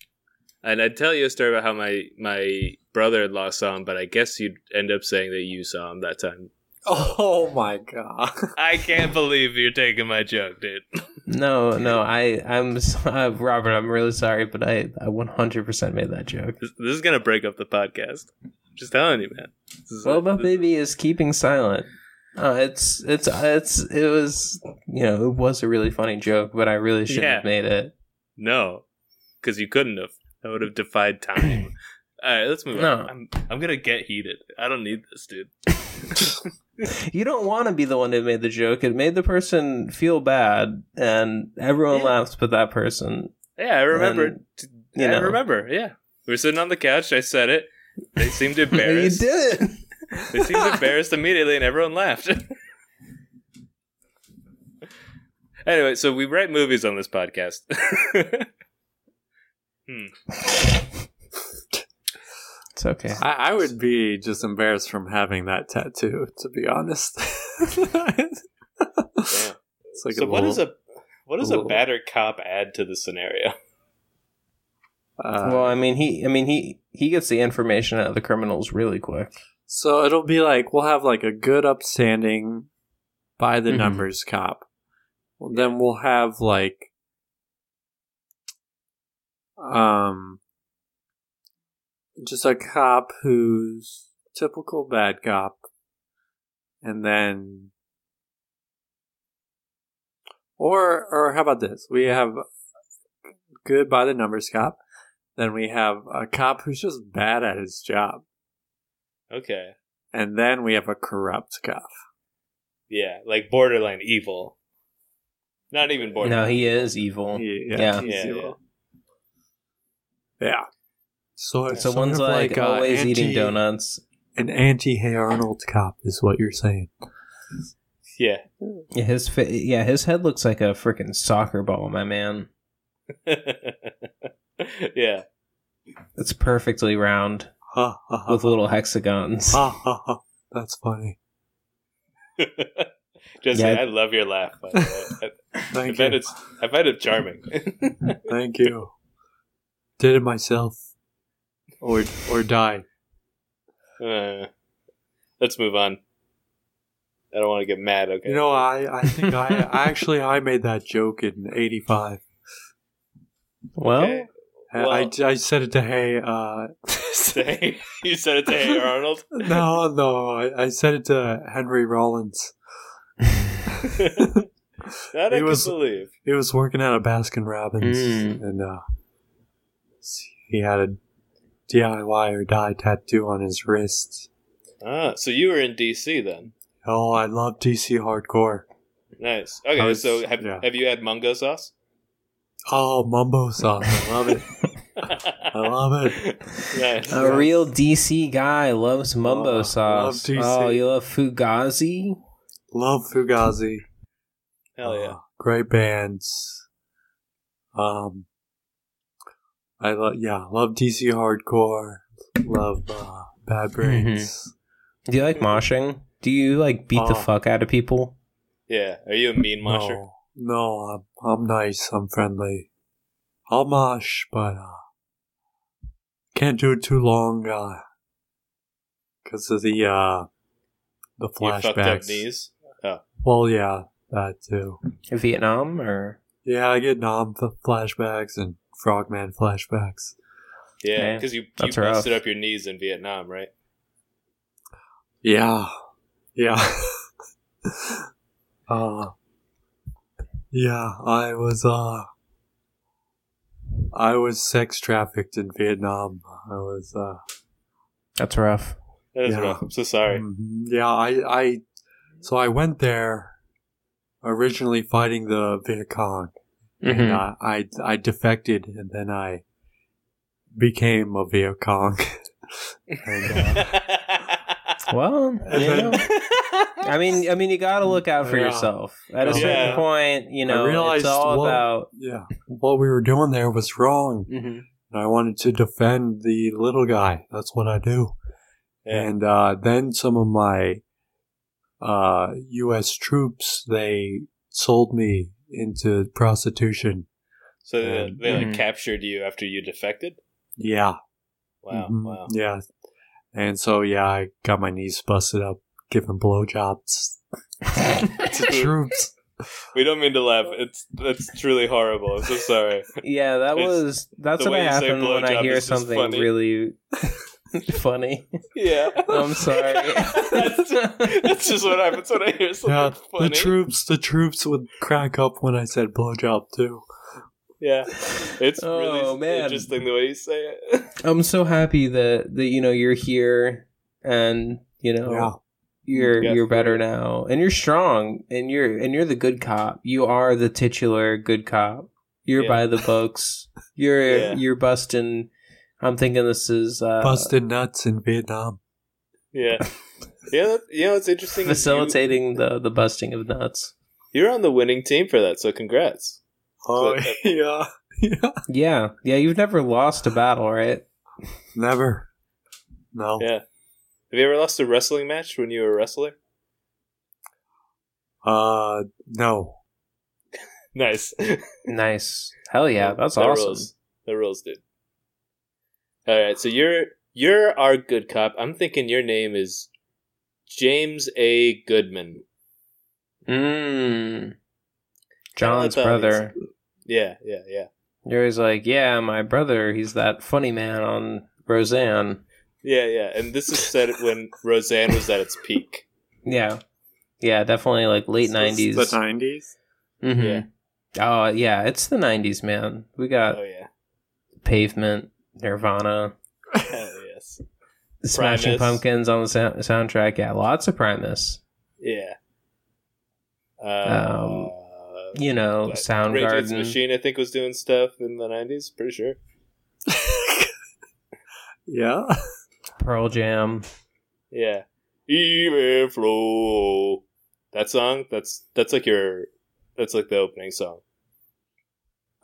B: and I'd tell you a story about how my my brother in law saw him, but I guess you'd end up saying that you saw him that time.
C: Oh my god.
B: I can't believe you're taking my joke, dude.
A: No, no, I, I'm s- uh, Robert. I'm really sorry, but I, I 100% made that joke.
B: This, this is gonna break up the podcast. I'm just telling you, man. This is-
A: Loba
B: this-
A: Baby is keeping silent. Uh, it's, it's, it's, it was, you know, it was a really funny joke, but I really shouldn't have made it.
B: No, because you couldn't have. That would have defied time. All right, let's move
A: No.
B: on. I'm I'm gonna get heated. I don't need this, dude.
A: You don't want to be the one who made the joke. It made the person feel bad, and everyone
B: Yeah.
A: laughs but that person.
B: Yeah, I remember.
A: And,
B: T-
A: you
B: yeah, I
A: know.
B: remember. Yeah, we were sitting on the couch. I said it. They seemed
A: You did
B: embarrassed.
A: it.
B: They seemed embarrassed immediately, and everyone laughed. anyway, so we rate movies on this podcast.
A: It's okay.
C: I, I would be just embarrassed from having that tattoo, to be honest. It's like
B: So, what is a what does
C: a
B: a
C: little-
B: batter cop add to the scenario?
C: Uh,
A: well, I mean, he, I mean, he, he gets the information out of the criminals really quick.
C: so it'll be like we'll have like a good, upstanding, by the
A: Mhm.
C: numbers cop. Well, then we'll have like, um, just a cop who's typical bad cop, and then, or or how about this? We have good by the numbers cop, then we have a cop who's just bad at his job,
B: Okay.
C: and then we have a corrupt cop.
B: Yeah, like borderline evil. Not even borderline.
A: No, he is evil. Oh. Yeah.
C: Yeah.
B: Yeah,
C: Yeah. yeah. So
A: So one's like, always eating donuts.
C: uh, An anti Hey Arnold cop is what you're saying.
B: Yeah.
A: Yeah, his fa- yeah, his head looks like a freaking soccer ball, my man.
B: yeah.
A: It's perfectly round
C: Ha ha ha.
A: with little hexagons.
C: ha, ha, ha. That's funny.
B: Just
A: Yeah.
B: I love your laugh. By the way. I, I
C: Thank
B: bet
C: you.
B: it's I find it charming.
C: Thank you. Did it myself. Or or die.
B: Uh, let's move on. I don't want to get mad. Okay.
C: You know, I, I think I, I actually I made that joke in eighty five.
A: Well,
B: Okay.
C: I, I said it to Hey uh
B: Say- you said it to Hey Arnold.
C: No, no, I, I said it to Henry Rollins.
B: That I
C: He
B: can
C: was-
B: believe.
C: He was working out at Baskin Robbins,
A: Mm.
C: and uh, he had a DIY or die tattoo on his wrist.
B: Ah, so you were in DC then.
C: Oh, I love DC hardcore.
B: Nice. Okay,
C: I was-
B: so have
C: yeah.
B: have you had mango sauce?
C: Oh, mumbo sauce, I love it. I love it.
B: nice.
A: a real DC guy loves mumbo
C: Oh,
A: sauce.
C: love DC.
A: Oh, you love Fugazi?
C: Love Fugazi.
B: Hell yeah.
C: Uh, great bands. Um, I love yeah, love DC hardcore. Love uh, Bad
B: Mm-hmm.
C: Brains.
A: Do you like moshing? Do you like beat the
C: Oh.
B: Uh.
A: fuck out of people?
B: Yeah. Are you a mean mosher?
C: No, no, I'm, I'm nice. I'm friendly. I'll mosh, but uh, can't do it too long because of the uh, the
B: You fucked up
C: flashbacks.
B: knees.
C: Well, yeah, that too.
A: Vietnam or
C: Yeah, I get nom f- flashbacks and Frogman flashbacks.
B: Yeah,
A: Yeah,
B: because you, you
A: that's
B: busted
A: rough.
B: up your knees in Vietnam, right?
C: Yeah, yeah. uh, yeah, I was uh, I was sex trafficked in Vietnam. I was uh,
A: that's rough.
B: That is
C: Yeah.
B: rough. I'm so sorry.
C: Mhm. Yeah, I, I, so I went there originally fighting the Viet Cong, and
A: Mhm.
C: I, I, I defected, and then I became a Viet Cong. and, uh,
A: Well,
C: And
A: you
C: then-
A: know, I mean, I mean, you got to look out for
C: Yeah.
A: yourself. At a certain
B: Yeah.
A: point, you know,
C: realized
A: it's all
C: what-
A: about.
C: yeah, what we were doing there was wrong,
B: Mm-hmm.
C: and I wanted to defend the little guy. That's what I do.
B: yeah.
C: And uh, then some of my uh, U.S. troops they sold me into prostitution.
B: So they,
C: and- mm.
B: they like
A: Mhm.
B: captured you after you defected.
C: Yeah.
B: Wow,
C: Mhm,
B: wow.
C: Yeah. And so, yeah, I got my knees busted up giving blowjobs to troops.
B: We don't mean to laugh. It's that's truly horrible. I'm so sorry.
A: yeah, that
B: It's-
A: was that's
B: the
A: what
B: way you say
A: happened when I
B: blowjob
A: hear
B: is just
A: something
B: funny.
A: really funny.
B: Yeah,
A: I'm sorry.
B: that's, that's just what happens when I hear something
C: Yeah,
B: funny.
C: the troops, the troops would crack up when I said blowjob too.
B: Yeah, it's
A: Oh,
B: really
A: man.
B: interesting the way you say it.
A: I'm so happy that that you know you're here and you
B: Oh,
A: know
C: Yeah,
A: you're
B: Yeah.
A: you're better now and you're strong and you're and you're the good cop. You are the titular good cop. You're
B: Yeah.
A: by the books. You're
B: Yeah.
A: you're busting. I'm thinking this is uh,
C: busted nuts in Vietnam.
B: yeah, yeah. That, you know what's interesting? is you-
A: facilitating the the busting of nuts.
B: You're on the winning team for that, so congrats.
C: Oh
B: Good.
C: yeah, yeah.
A: Yeah, yeah. You've never lost a battle, right?
C: Never. No.
B: Yeah. Have you ever lost a wrestling match when you were a wrestler?
C: Uh, no.
B: Nice.
A: Nice. Hell yeah, that's
B: That
A: awesome.
B: Rules. That rules, dude. All right, so you're you're our good cop. I'm thinking your name is James A. Goodman.
A: Mm.
B: I
A: John's
B: thought
A: brother.
B: Yeah, yeah, yeah.
A: You're always like, yeah, my brother. He's that funny man on Roseanne.
B: Yeah, yeah. And this is said when Roseanne was at its peak.
A: Yeah, yeah, definitely like late nineties. Mm-hmm.
C: The nineties.
B: yeah.
A: Oh yeah, it's the nineties, man. We got
B: Oh yeah.
A: Pavement, Nirvana,
B: Hell yes.
A: Smashing
B: Primus.
A: Pumpkins on the sound- soundtrack. Yeah, lots of Primus.
B: Yeah.
A: Um, You know,
B: but Rage Against the
A: Soundgarden.
B: Machine, I think, was doing stuff in the nineties. Pretty sure.
C: Yeah.
A: Pearl Jam.
B: Yeah. Even flow. That song. That's that's like your. That's like the opening song.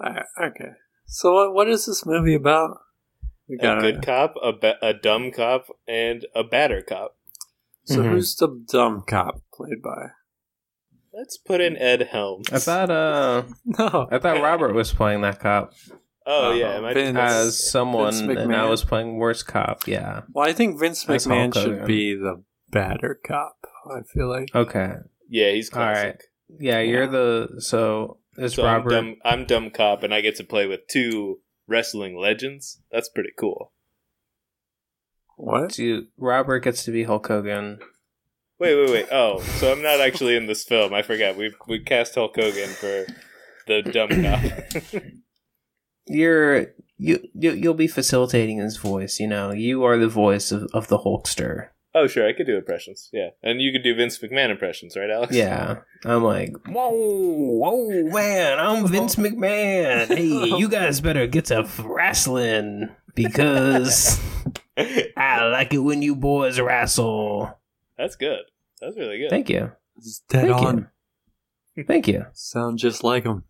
C: Alright, okay. So what what is this movie about? We
B: A
C: got
B: good cop, a ba- a dumb cop, and a batter cop.
C: So
A: Mhm.
C: who's the dumb cop played by?
B: Let's put in Ed Helms.
A: Hmm. I thought uh,
C: No.
A: I thought Robert was playing that cop
B: oh
C: uh,
B: yeah, am I
C: Vince.
A: as someone,
C: Vince
A: and I
C: McMahon.
A: was playing worst cop. Yeah.
C: Well, I think Vince
A: That's Hulk
C: McMahon should
A: Hogan.
C: be the badder cop. I feel like.
A: Okay.
B: yeah, he's
A: All right.
B: classic.
A: Yeah, you're the so is
B: so
A: Robert.
B: I'm dumb, I'm dumb cop, and I get to play with two wrestling legends. That's pretty cool.
C: What?
A: Do you- Robert gets to be Hulk Hogan.
B: Wait, wait, wait. Oh, so I'm not actually in this film. I forgot. We we cast Hulk Hogan for the dumb cop.
A: You're you, you you'll be facilitating his voice. You know, you are the voice of, of the Hulkster.
B: oh, sure, I could do impressions. Yeah, and you could do Vince McMahon impressions, right, Alex?
A: Yeah, I'm like, whoa, whoa, man, I'm Vince McMahon. Hey, you guys better get to wrestling because I like it when you boys wrestle.
B: That's good. That's really good.
A: Thank you,
C: It's dead
A: thank
C: on.
A: you, thank you.
C: Sound just like him.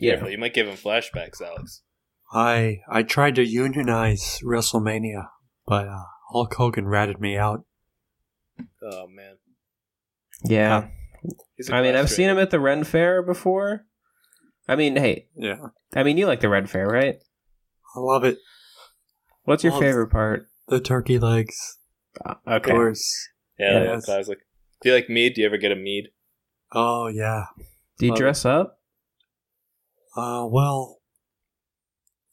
B: Careful, you might give him flashbacks, Alex.
C: I I tried to unionize WrestleMania, but uh, Hulk Hogan ratted me out.
B: Oh man.
A: yeah.
B: He's a
A: I mean, I've
B: class
A: seen him at the Ren Fair before. I mean, hey,
C: Yeah,
A: I mean, you like the Ren Fair, right?
C: I love it.
A: What's your
C: Well,
A: favorite part?
C: The turkey legs,
A: Uh,
C: of
A: Okay.
C: course.
B: Yeah, that
C: Yes.
B: was classic. Do you like mead? Do you ever get a mead?
C: Oh yeah.
A: Do you
C: Love
A: dress up?
C: Uh, well.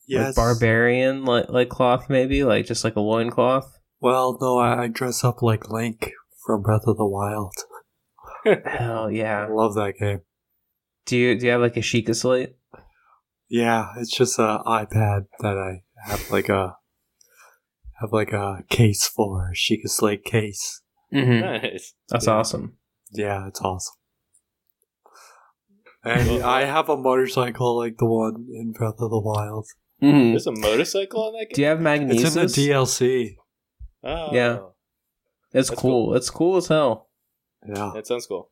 A: Like
C: Yes.
A: barbarian, like, like cloth, maybe? Like just like a loincloth?
C: well, no, I, I dress up like Link from Breath of the Wild.
A: Hell
C: I
A: yeah.
C: love that game.
A: Do you do you have like a Sheikah slate?
C: Yeah, it's just a iPad that I have like a have like a case for Sheikah Slate case.
A: Mm-hmm.
B: Nice.
A: That's
C: Yeah.
A: awesome.
C: Yeah, it's awesome. And I have a motorcycle like the one in Breath of the Wild.
A: Mm-hmm.
B: There's a motorcycle on that
A: Do
B: game.
A: you have
C: It's
A: magnesis?
C: in the DLC.
B: Oh,
A: Yeah. It's
B: That's
A: cool. It's cool as hell.
C: Yeah,
B: that sounds cool.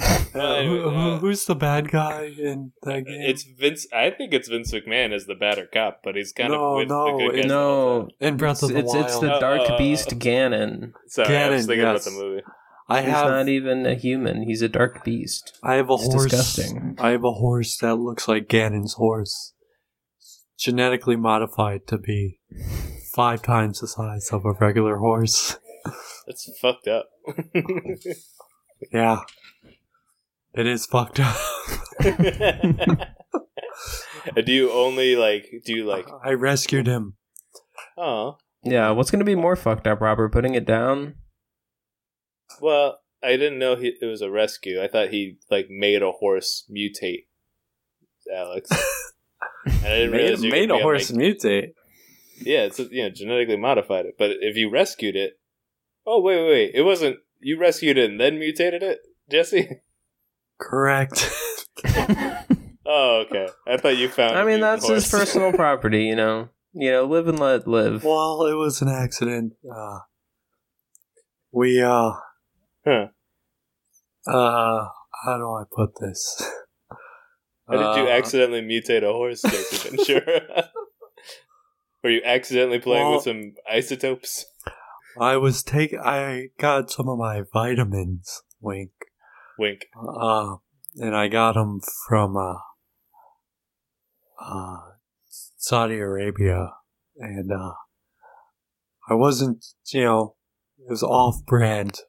C: Uh, who,
B: anyway, uh,
C: who- who's the bad guy in that game?
B: It's Vince. I think it's Vince McMahon as the batter cop, but he's kind
C: No,
B: of with
C: no,
B: the good guys. all
A: No,
B: the time.
C: in Breath
A: it's
C: of the
A: it's,
C: Wild.
A: it's the
B: Oh,
A: dark
B: oh, oh,
A: beast
B: oh.
A: Ganon.
B: sorry, I was
C: Ganon,
B: thinking
C: yes.
B: about the movie.
C: I
A: He's
C: have
A: not even a human. He's a dark beast.
C: I have a
A: It's
C: horse.
A: disgusting.
C: I have a horse that looks like Ganon's horse, genetically modified to be five times the size of a regular horse.
B: That's fucked up.
C: Yeah, it is fucked up.
B: do you only like? Do you like?
C: I rescued him. Uh-huh.
B: Oh,
A: Yeah, what's gonna be more fucked up, Robert? Putting it down?
B: well, I didn't know he, it was a rescue. I thought he like made a horse mutate, Alex. And I didn't realize you could be on, like,
C: mutate.
B: Yeah, it's you know genetically modified it. But if you rescued it, oh wait, wait, wait, it wasn't you rescued it and then mutated it, Jesse.
C: Correct.
B: Oh, okay. I thought you found.
A: I
B: a
A: mean,
B: mutant
A: that's his
B: horse.
A: personal property, you know. You know, live and let live.
C: well, it was an accident. Uh, we uh,
B: Huh.
C: uh, how do I put this?
B: How did you
C: Uh,
B: accidentally mutate a horse, Jesse Ventura? Were you accidentally playing
C: Well-
B: with some isotopes?
C: I was take. I got some of my vitamins, wink,
B: Wink.
C: uh, and I got them from uh, uh, Saudi Arabia, and uh, I wasn't, you know, it was off brand,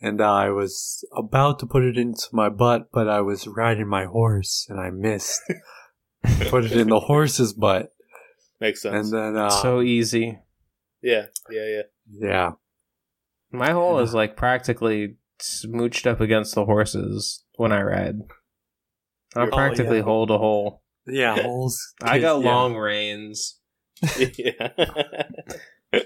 C: and I was about to put it into my butt, but I was riding my horse and I missed. put it in the horse's butt,
B: Makes sense.
C: and then uh,
A: so easy.
B: yeah, yeah, yeah.
C: yeah,
A: My hole is like practically smooched up against the horses when I ride. I'm
B: Your- oh,
A: practically
C: yeah.
A: hole to hole.
C: yeah, holes.
A: I got
C: yeah.
A: long reins.
B: yeah.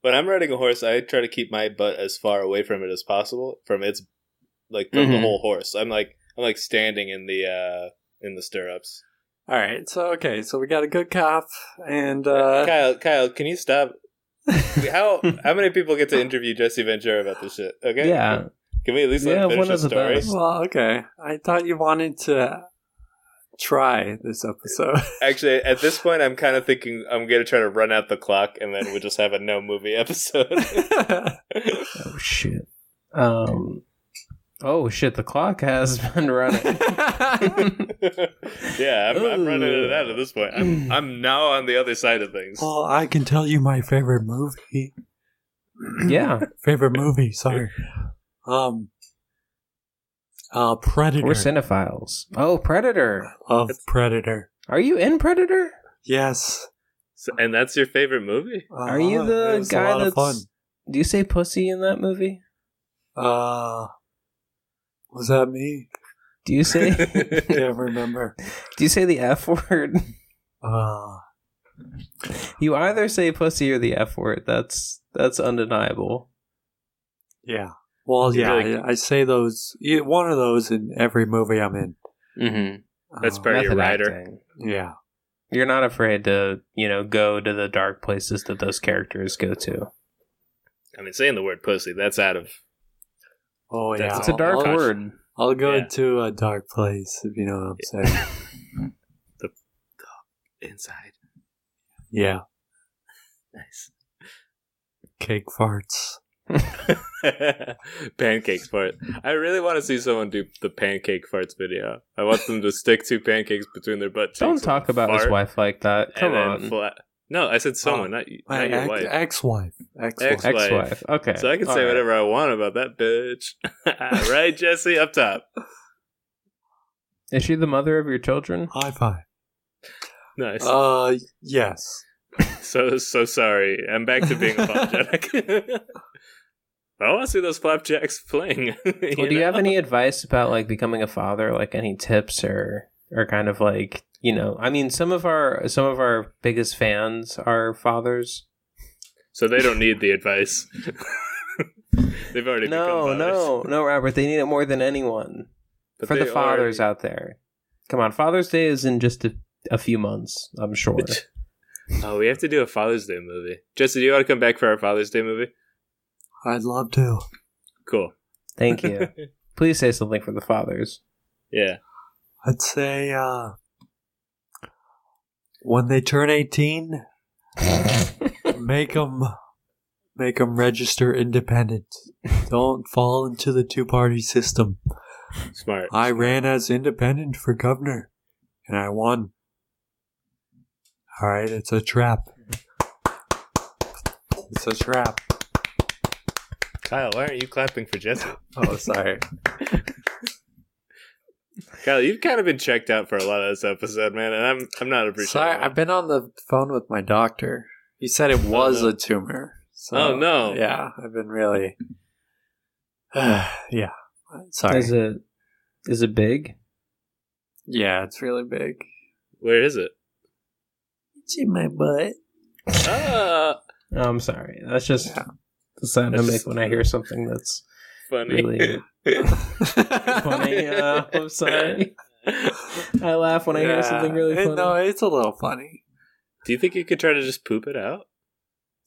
B: when I'm riding a horse, I try to keep my butt as far away from it as possible, from its like from the
A: Mhm.
B: whole horse. I'm like I'm like standing in the uh in the stirrups.
C: All right, so okay, so we got a good cop, and uh,
B: Kyle, Kyle, can you stop? How how many people get to interview Jesse Ventura about this shit? Okay,
A: Yeah.
B: Can we at least let
A: Yeah,
B: him finish
A: one
B: the
A: of the
B: story?
A: best.
C: well, okay. I thought you wanted to try this episode.
B: Actually, at this point, I'm kind of thinking I'm gonna try to run out the clock, and then we'll just have a no movie episode.
A: Oh shit. Um. Oh shit. The clock has been running.
B: yeah, I'm, I'm running it out at this point. I'm, I'm now on the other side of things.
C: well, I can tell you my favorite movie.
A: yeah.
C: favorite movie. Sorry. Um. Uh, Predator.
A: We're cinephiles. Oh, Predator.
C: Love Predator.
A: Are you in Predator?
C: Yes.
B: So- and that's your favorite movie?
A: Are you
C: Uh,
A: the
C: it was
A: guy
C: a lot
A: that's
C: of fun.
A: Do you say pussy in that movie?
C: Uh, was that me?
A: Do you say
C: Can't remember.
A: Do you say the F word?
C: Uh,
A: You either say pussy or the F word. That's that's undeniable.
C: yeah. Well,
B: You
C: yeah,
B: really-
C: I, I say those. yeah, One of those in every movie I'm in.
A: Mm-hmm.
B: That's
C: Uh,
B: Are you a writer?
C: Yeah.
A: You're not afraid to, you know, go to the dark places that those characters go to.
B: I mean, saying the word pussy, that's out of.
C: Oh, yeah.
B: That's-
A: It's a dark
C: I'll,
A: word.
C: I'll go
B: Yeah.
C: to a dark place if you know what I'm saying.
B: Inside.
C: yeah.
B: Nice.
C: Cake farts.
B: pancakes fart. I really want to see someone do the pancake farts video. I want them to stick two pancakes between their butt cheeks.
A: Don't
B: and
A: talk about his
B: fart,
A: wife like that.
B: and
A: Come
B: then
A: on.
B: fla- no, I said someone, not, y-
C: My
B: not your
C: ex-
B: wife.
C: ex-wife. Ex-wife.
B: Ex-
A: Ex-wife. Okay.
B: so I can
A: All
B: say
A: right.
B: whatever I want about that bitch. right, Jesse? Up top.
A: Is she the mother of your children?
C: High five.
B: Nice.
C: Uh, yes.
B: So so sorry. I'm back to being apologetic. Oh, I want to see those flapjacks playing.
A: Well,
B: you
A: do you
B: know?
A: have any advice about like becoming a father? Like any tips or or kind of like you know? I mean, some of our some of our biggest fans are fathers.
B: So they don't need the advice. They've already
A: No,
B: become fathers.
A: no, no, Robert. They need it more than anyone.
B: But
A: For the
B: they
A: fathers out there, come on. Father's Day is in just a, a few months. I'm sure.
B: already- Oh, we have to do a Father's Day movie. Jesse, do you want to come back for our Father's Day movie?
C: I'd love to.
B: Cool.
A: Thank you. Please say something for the fathers.
B: Yeah.
C: I'd say uh, when they turn 18, make them make 'em register independent. Don't fall into the two-party system.
B: Smart.
C: I ran as independent for governor, and I won. All right, it's a trap. It's a trap.
B: Kyle, why aren't you clapping for Jesse?
C: Oh, sorry.
B: Kyle, you've kind of been checked out for a lot of this episode, man, and I'm I'm not appreciating.
C: Sorry,
B: that. Oh,
C: I've been on the phone with my doctor. He said it was
B: no.
C: a tumor. So,
B: Oh, no.
C: Yeah, I've been really. yeah, sorry.
A: Is it is it big?
C: yeah, it's really big.
B: Where is it?
C: It's in my butt.
B: Ah,
A: Oh, I'm sorry. That's just
C: Yeah.
A: the sound
B: That's
A: I make
B: just-
A: when I hear something that's
B: funny.
A: really funny. Uh, I'm sorry. I laugh when I hear something really
C: Yeah, it-
A: funny.
C: No, it's a little funny.
B: Do you think you could try to just poop it out?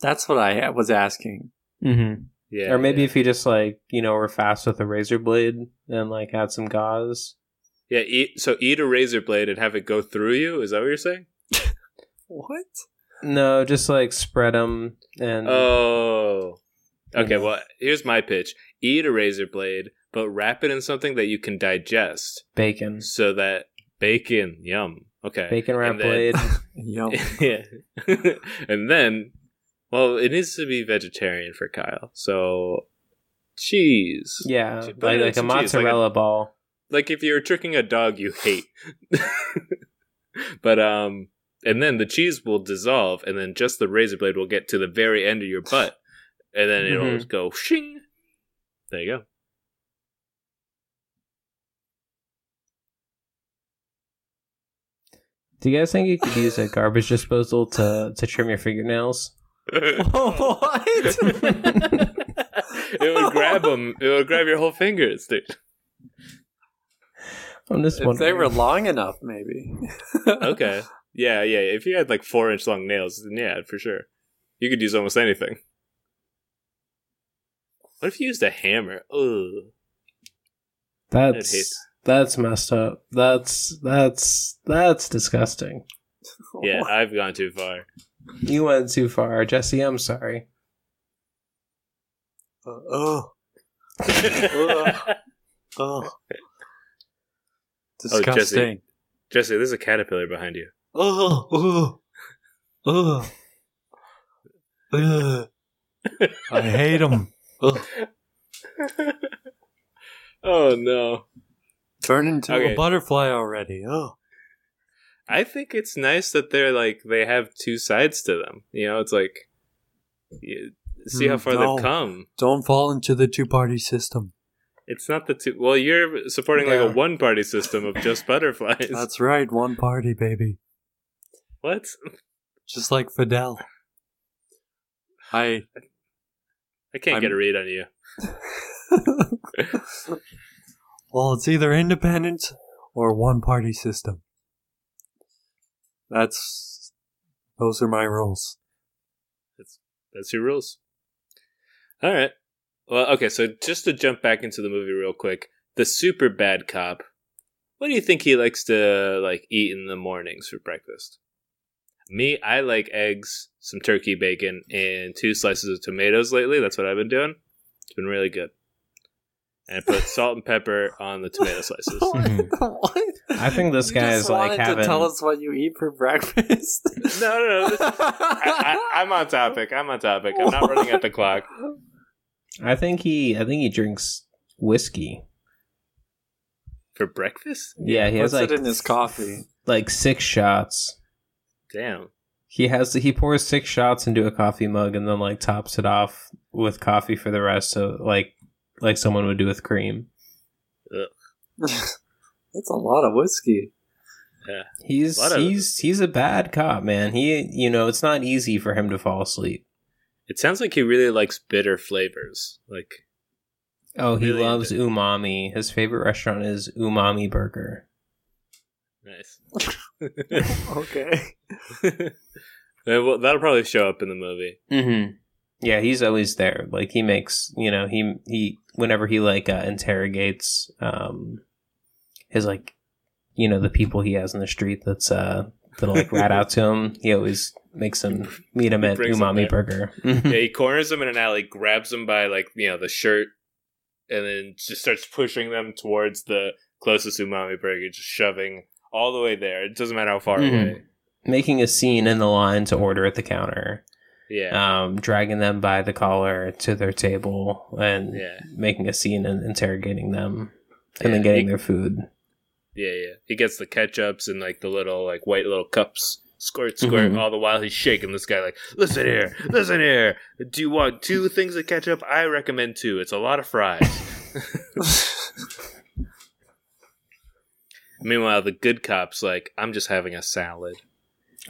C: That's what I was asking.
A: mm-hmm.
B: Yeah.
A: or maybe
B: yeah.
A: if you just like you know were fast with a razor blade and like had some gauze.
B: Yeah, eat so eat a razor blade and have it go through you. Is that what you're saying?
C: What?
A: No, just like spread them and
B: Oh. Okay,
A: Yeah.
B: well, here's my pitch. Eat a razor blade, but wrap it in something that you can digest
A: bacon,
B: so that bacon, yum. Okay.
A: bacon wrap
B: And then-
A: blade.
C: Yum.
B: yeah. and then well, it needs to be vegetarian for Kyle. So cheese.
A: Yeah,
B: She- but
A: like, like a
B: it's cheese, like a-
A: mozzarella ball.
B: Like if you're tricking a dog, you hate. but um, and then the cheese will dissolve, and then just the razor blade will get to the very end of your butt, and then it'll
A: Mhm.
B: just go shing. There you go.
A: Do you guys think you could use a garbage disposal to to trim your fingernails?
C: what?
B: it would grab them. It would grab your whole fingers, dude.
A: I'm just
C: if they
A: wondering.
C: were long enough, maybe.
B: Okay. Yeah, yeah. If you had like four inch long nails, then yeah, for sure. You could use almost anything. What if you used a hammer? Ugh. I'd hate
A: that's that's messed up. That's that's that's disgusting.
B: Yeah, I've gone too far.
A: You went too far, Jesse. I'm sorry.
C: Uh, oh, oh.
B: Jesse.
C: Disgusting.
B: Jesse, there's a caterpillar behind you.
C: Oh, oh, oh, Ugh. I hate them.
B: oh no.
C: Turn into
B: Okay.
C: a butterfly already. Oh,
B: I think it's nice that they're like they have two sides to them. You know, it's like you see how
C: Mm,
B: far
C: no.
B: they've come.
C: don't fall into the two-party system.
B: It's not the two. Well, you're supporting
A: Yeah.
B: like a one party system of just butterflies.
C: That's right, one party, baby.
B: what?
C: Just like Fidel. I
B: I can't
C: I'm-
B: get a read on you.
C: well, it's either independence or one party system. That's those are my rules.
B: That's your rules. All right. Well, okay. So just to jump back into the movie real quick, the super bad cop. What do you think he likes to like eat in the mornings for breakfast? Me, I like eggs, some turkey bacon, and two slices of tomatoes lately. That's what I've been doing. It's been really good. And I put salt and pepper on the tomato slices.
C: what?
A: I think this guy is like having.
C: us what you eat for breakfast.
B: No, no, no. This, I, I, I'm on topic. I'm on topic. I'm not running at the clock.
A: I think he. I think he drinks whiskey.
B: For breakfast?
A: Yeah, he has
C: Puts
A: like
C: it in his coffee.
A: like six shots.
B: Damn.
A: He has he pours six shots into a coffee mug and then like tops it off with coffee for the rest. So like like someone would do with cream.
C: That's a lot of whiskey.
A: He's
B: A lot of-
A: he's he's a bad cop, man. He you know it's not easy for him to fall asleep.
B: It sounds like he really likes bitter flavors. Like,
A: Oh, he
B: Really
A: loves
B: into-
A: umami. His favorite restaurant is Umami Burger.
B: nice.
C: Okay.
B: Yeah, well, that'll probably show up in the movie.
A: Mm-hmm. Yeah, he's always there. Like he makes, you know, he he whenever he like uh, interrogates um his like you know the people he has in the street that's uh that like rat out to him. He always makes them meet him
B: He
A: at
B: brings 'em
A: Umami
B: there.
A: Burger.
B: Yeah, he corners them in an alley, grabs them by like you know the shirt, and then just starts pushing them towards the closest umami burger, just shoving all the way there. It doesn't matter how far
A: Mhm.
B: away.
A: Making a scene in the line to order at the counter,
B: Yeah,
A: um, dragging them by the collar to their table, and
B: yeah,
A: making a scene and interrogating them, and
B: Yeah,
A: then getting
B: he-
A: their food.
B: yeah, yeah. He gets the ketchups and like the little like white little cups. Squirt, squirt,
C: Mm-hmm.
A: Mhm.
B: all the while he's shaking this guy like, listen here, listen here. Do you want two things of ketchup? I recommend two. It's a lot of fries. Meanwhile, the good cop's like, I'm just having a salad.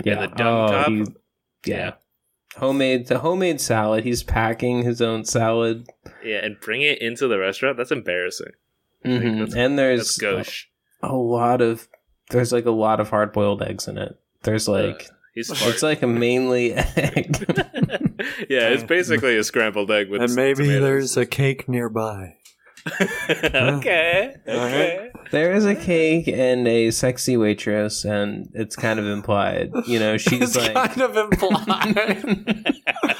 B: And the dumb cop?
A: Oh, yeah.
B: Yeah.
A: Homemade the homemade salad. He's packing his own salad.
B: Yeah, and bring it into the restaurant? That's embarrassing.
A: Mhm.
B: that's-
A: and
B: That's
A: there's a,
B: gauche.
A: lot of there's like a lot of hard boiled eggs in it.
B: Uh,
A: There's like
B: He's
A: it's
B: smart.
A: like a mainly egg.
B: yeah, it's basically a scrambled egg with
C: and maybe
B: tomatoes.
C: there's a cake nearby.
B: okay. Okay.
A: there is a cake and a sexy waitress and it's kind of implied. You know, she's
C: It's
A: like
C: kind of implied.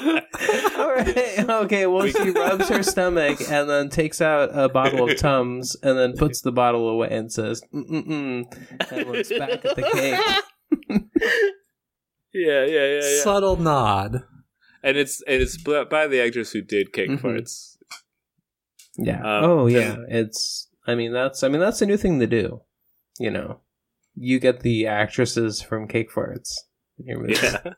A: All right. Okay. Well, she rubs her stomach and then takes out a bottle of Tums and then puts the bottle away and says, "Mm-mm-mm," and looks back at the cake.
B: Yeah, yeah, yeah, yeah.
C: Subtle nod. Mm-hmm.
B: and it's and it's bl- by the actress who did cake
A: Mhm.
B: parts.
A: Yeah.
B: Um,
A: oh yeah. It's I mean that's I mean that's a new thing to do. You know. You get the actresses from Cake Farts. in your movies.
B: Yeah.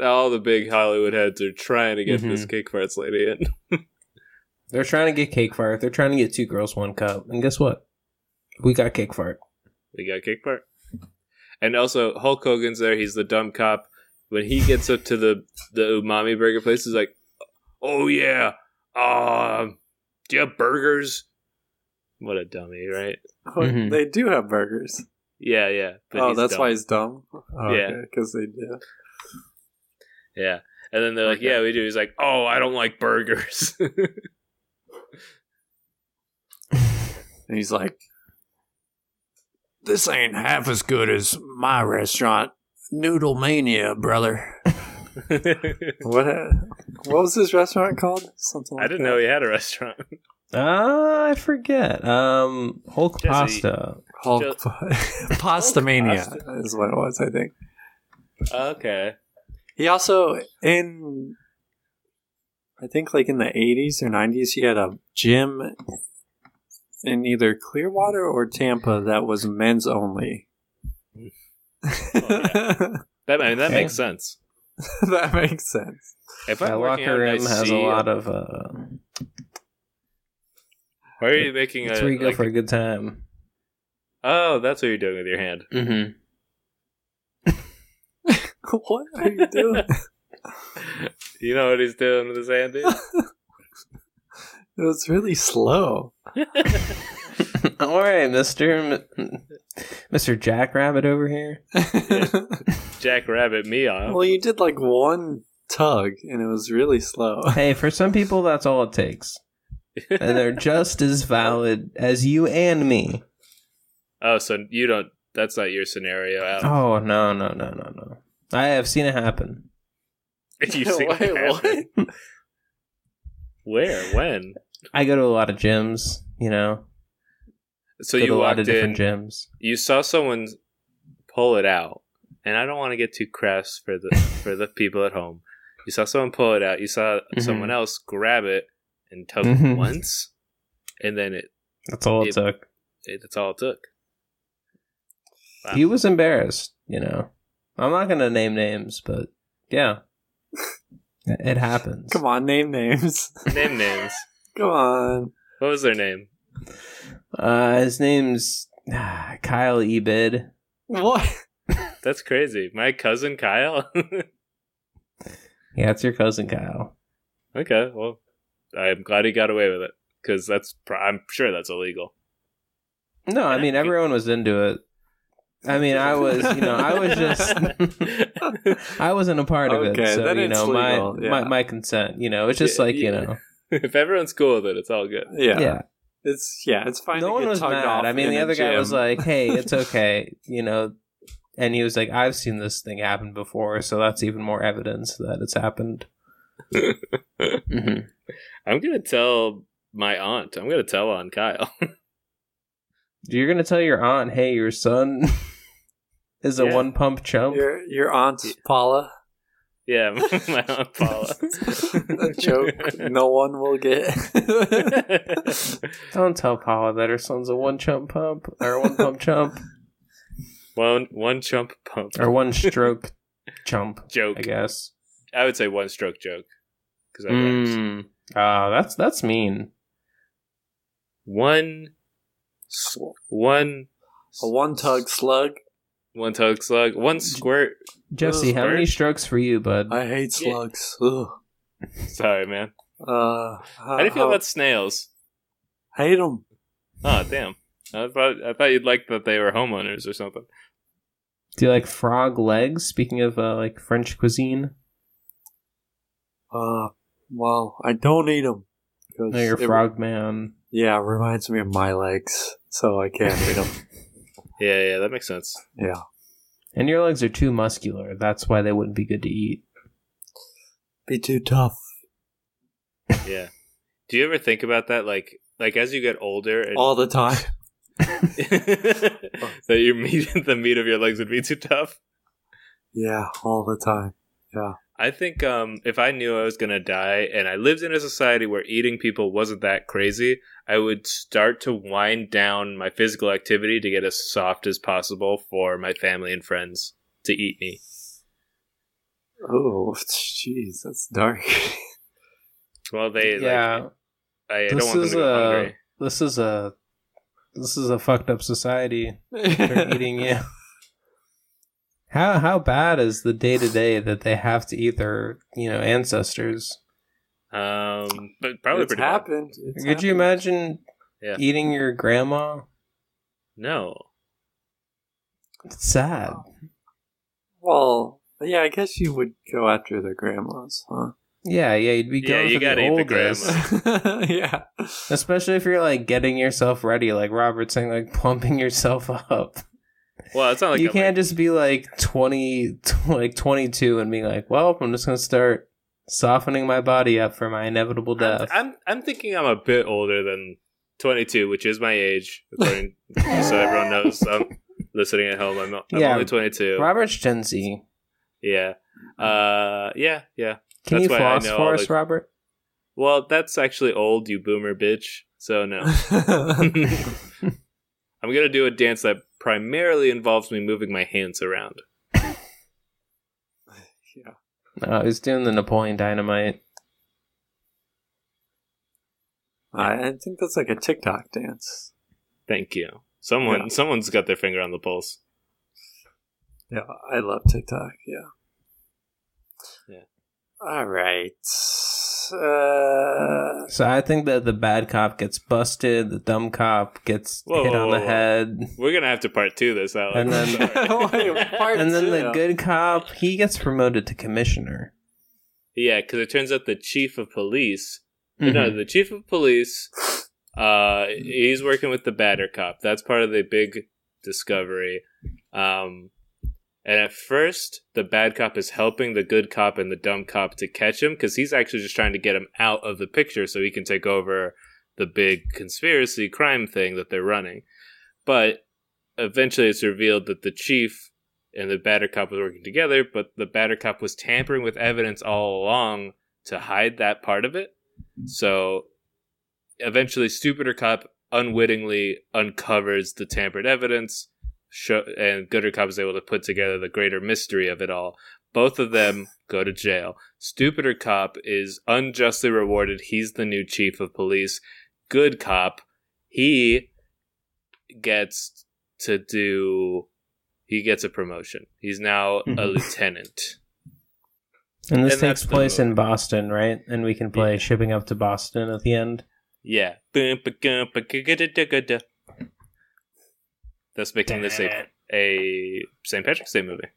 B: All the big Hollywood heads are trying to get this
C: Mm-hmm.
A: Mhm.
B: cake farts lady in.
A: They're trying to get Cake Fart. They're trying to get two girls one cup. And guess what? We got Cake Fart.
B: We got cake fart. And also Hulk Hogan's there, he's the dumb cop. When he gets up to the the umami burger place, he's like, Oh yeah. Um do you have burgers? What a dummy, right?
C: Oh,
A: Mhm.
C: They do have burgers.
B: Yeah, yeah. but
C: oh,
B: he's
C: that's
B: dumb.
C: why he's dumb. Oh,
B: Yeah.
C: because they do.
B: Yeah. And then they're like,
C: Okay.
B: Yeah, we do. He's like, Oh, I don't like burgers.
C: And he's like, "This ain't half as good as my restaurant, Noodle Mania, brother."
B: I
C: What? uh, What was his restaurant called? Something. Like
B: didn't
C: that.
B: know he had a restaurant.
A: Ah, I forget. Um Hulk
B: Jesse.
A: Pasta.
C: Hulk
B: Just-
C: Pasta Mania
B: Pasta.
C: is what it was, I think.
B: Okay.
C: He also in, I think, like in the eighties or nineties, he had a gym in either Clearwater or Tampa that was men's only.
B: That I mean,
A: Yeah.
B: that makes sense.
C: that makes sense.
B: If
A: That
B: I'm working
A: locker
B: out and
A: room
B: I
A: has
B: see,
A: a lot of uh
B: Why are you making
A: it's
B: a?
A: where you go
B: like-
A: for a good time.
B: oh, that's what you're doing with your hand.
A: Mm-hmm.
C: what are you doing?
B: You know what he's doing with his hand, dude?
C: It was really slow.
A: Alright, Mr. M- Mr. Jackrabbit over here.
B: Jack Rabbit, me on.
C: well, you did like one tug, and it was really slow.
A: Hey, for some people that's all it takes. and they're just as valid as you and me.
B: oh, so you don't? That's not your scenario. Al.
A: Oh no no no no no! I have seen it happen.
B: you see what
C: Wait,
B: happened? Where? When?
A: I go to a lot of gyms, you know.
B: So
A: go to
B: you
A: a lot of
B: walked in.
A: different gyms.
B: You saw someone pull it out, and I don't want to get too crass for the for the people at home. You saw someone pull it out. You saw
A: Mhm.
B: someone else grab it and tug
A: Mhm.
B: once, and then it,
A: That's all it
B: It-
A: took.
B: it. That's all it took. Wow.
A: He was embarrassed, you know. I'm not gonna name names, but yeah, it it happens.
C: Come on, name names.
B: Name names.
C: Come on.
B: What was their name?
A: Uh, his name's ah, Kyle Ebid.
C: What?
B: That's crazy. My cousin Kyle.
A: Yeah, it's your cousin Kyle.
B: okay, well, I'm glad he got away with it because that's pr- I'm sure that's illegal.
A: No, I mean everyone was into it. I mean, I was, you know, I was just. I wasn't a part of
C: Okay,
A: it, so
C: then
A: you
C: it's
A: know my,
C: legal, yeah.
A: my my consent. You know, it's just
B: Yeah,
A: like you
B: yeah.
A: know,
B: if everyone's cool with it, it's all good.
C: Yeah.
A: yeah.
C: It's yeah. It's fine. to
A: no one
C: get
A: was
C: tugged
A: mad.
C: off
A: I mean,
C: in
A: the
C: a
A: other guy
C: gym.
A: was like, "Hey, it's okay," you know, and he was like, "I've seen this thing happen before, so that's even more evidence that it's happened." Mhm.
B: I'm gonna tell my aunt. I'm gonna tell on Kyle.
A: You're gonna tell your aunt, "Hey, your son is a
B: Yeah.
A: one pump chump."
C: your your aunt Paula.
B: yeah, my aunt Paula.
C: a joke no one will get.
A: Don't tell Paula that her son's a one chump pump or one pump chump
B: one one chump pump
A: or one stroke chump.
B: joke.
A: I guess.
B: I would say one stroke joke because I rhymes.
A: Mm. Ah, that's that's mean.
B: one s- one
C: a one tug slug.
B: one tug slug one squirt.
A: Jesse, how many strokes for you, bud?
C: I hate
B: Yeah.
C: slugs. Ugh.
B: Sorry, man.
C: Uh,
B: How do you feel about snails?
C: hate them?
B: Oh, damn. I thought I thought you'd like that they were homeowners or something.
A: Do you like frog legs? Speaking of uh, like French cuisine,
C: Uh, well, I don't eat them.
A: no, you're frog man.
C: Yeah, it reminds me of my legs, so I can't eat them.
B: Yeah, yeah, that makes sense.
C: Yeah,
A: And your legs are too muscular. That's why they wouldn't be good to eat.
C: be too tough.
B: Yeah. Do you ever think about that, like, like as you get older, and
C: All the time.
B: that your meat, the meat of your legs would be too tough?
C: Yeah, all the time.
B: I think um, if I knew I was going to die and I lived in a society where eating people wasn't that crazy, I would start to wind down my physical activity to get as soft as possible for my family and friends to eat me.
C: Oh, jeez, that's dark.
B: Well, they
A: yeah,
B: like I, I don't
A: This
B: want them
A: is uh,
B: to go
A: a-
B: hungry.
A: this is a this is a fucked up society. They're eating you. How how bad is the day to day that they have to eat their you know ancestors?
B: Um, but probably
C: it's
B: pretty bad.
C: happened. It's
A: Could you
C: happened.
A: imagine
B: Yeah.
A: eating your grandma?
B: No,
A: It's sad.
C: Well, yeah, I guess you would go after the grandmas, huh?
A: Yeah, yeah, you'd be
B: Yeah,
A: going
B: you
A: for
B: gotta
A: the
B: eat the
A: oldest.
B: grandma.
C: yeah.
A: Especially if you're like getting yourself ready, like Robert's saying, like pumping yourself up.
B: well, it's not like
A: you
B: I'm,
A: can't just be like 20, like 22 and be like, well, I'm just going to start softening my body up for my inevitable
B: like-
A: death.
B: I'm, I'm I'm thinking I'm a bit older than 22, which is my age, according, so everyone knows. I'm listening at home. I'm, I'm
A: Yeah.
B: only 22.
A: Robert's Gen Z.
B: Yeah. Uh. Yeah. Yeah.
A: Can
B: That's
A: you
B: why I
A: floss
B: know
A: for
B: all
A: us,
B: the-
A: Robert?
B: Well, that's actually old, you boomer bitch. So no. I'm gonna do a dance that primarily involves me moving my hands around.
C: yeah.
A: No, he's doing the Napoleon Dynamite.
C: I, I think that's like a TikTok dance.
B: Thank you. Someone,
C: Yeah.
B: someone's got their finger on the pulse.
C: Yeah, I love TikTok. Yeah.
B: Yeah.
C: All right. Uh,
A: So I think that the bad cop gets busted, the dumb cop gets
B: Whoa,
A: hit
B: whoa,
A: on
B: whoa,
A: the
B: whoa.
A: head,
B: We're gonna have to part two this out.
A: And then-
C: Wait, part-
A: and then the
C: Yeah.
A: good cop he gets promoted to commissioner.
B: yeah, because it turns out the chief of police. No,
A: Mhm.
B: the chief of police. Uh, he's working with the batter cop. That's part of the big discovery. Um, and at first, the bad cop is helping the good cop and the dumb cop to catch him because he's actually just trying to get him out of the picture so he can take over the big conspiracy crime thing that they're running. But eventually, it's revealed that the chief and the batter cop was working together, but the batter cop was tampering with evidence all along to hide that part of it. So eventually, stupider cop unwittingly uncovers the tampered evidence, show, and gooder cop is able to put together the greater mystery of it all. Both of them go to jail. Stupider cop is unjustly rewarded. He's the new chief of police. Good cop, he gets to do. He gets a promotion. He's now a
A: Mhm.
B: lieutenant.
A: And this
B: and that's
A: takes
B: the
A: place in
B: movie.
A: Boston, right? And we can play
B: Yeah.
A: shipping up to Boston at the end.
B: Yeah. That's making this a, a St. Patrick's Day movie.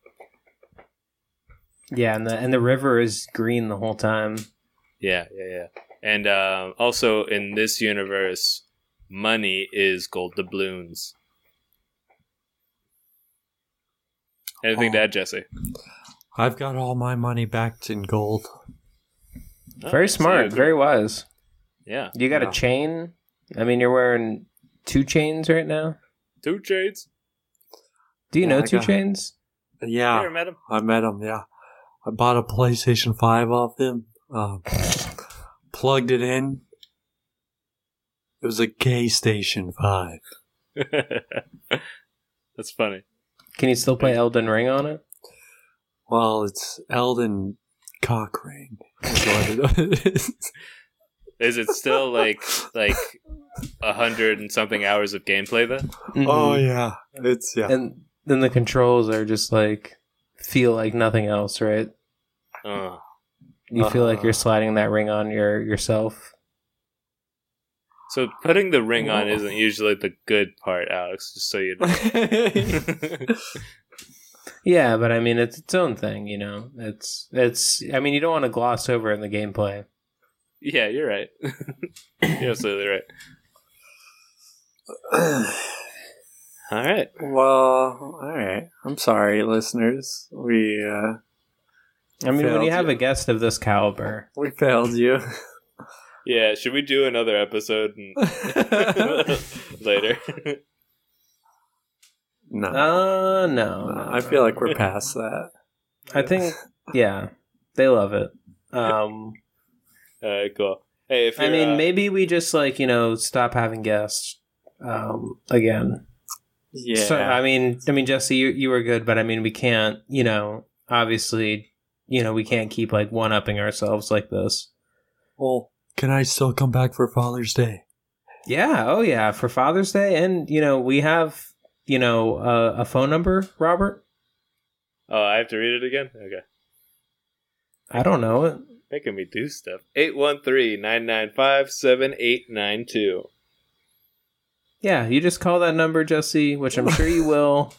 A: Yeah, and the and the river is green the whole time.
B: Yeah, yeah, yeah. And um, also in this universe, money is gold doubloons. Anything to add, Jesse?
C: I've got all my money backed in gold.
A: very
B: Oh, so you
A: smart,
B: agree.
A: very wise.
B: Yeah.
A: You got
C: Yeah.
A: a chain? I mean, you're wearing two chains right now.
B: Two trades.
A: Do you
C: Yeah,
A: know
C: I
A: two
C: got-
A: chains? Ah.
C: Yeah.
B: Here, madam.
C: I met him. Yeah, I bought a PlayStation Five off him. Um, plugged it in. It was a Gay Station Five.
B: That's funny.
A: Can you still play Elden Ring on it?
C: Well, it's Elden Cockring. is what it is.
B: Is it still like like a hundred and something hours of gameplay though?
C: oh
A: Mhm.
C: yeah, it's yeah.
A: And then the controls are just like feel like nothing else, right?
B: Uh,
A: You feel like
C: Uh-huh.
A: you're sliding that ring on your yourself.
B: so putting the ring on isn't usually the good part, Alex. Just so you know.
A: Yeah, but I mean it's its own thing, you know. It's it's I mean you don't want to gloss over in the gameplay.
B: yeah, you're right. you're absolutely right. All right.
C: well, all right. I'm sorry, listeners. We uh,
A: I mean when
C: Failed
A: you have
C: you.
A: a guest of this caliber,
C: we failed you.
B: Yeah, should we do another episode and- Oh, later?
C: no,
A: uh no. uh,
C: I feel like we're past that.
A: I think yeah. They love it. Um,
B: All right, cool. Hey, if you're,
A: I mean,
B: uh,
A: maybe we just like you know stop having guests um, again.
C: Yeah.
A: So I mean, I mean, Jesse, you you were good, but I mean, we can't. You know, obviously, you know, we can't keep like one upping ourselves like this.
C: well, can I still come back for Father's Day?
A: Yeah. Oh, yeah. For Father's Day, and you know, we have you know uh, a phone number, Robert.
B: oh, I have to read it again. Okay.
A: I don't know it.
B: Making me do stuff. 813 995 7892.
A: Yeah, you just call that number, Jesse, which I'm sure you will.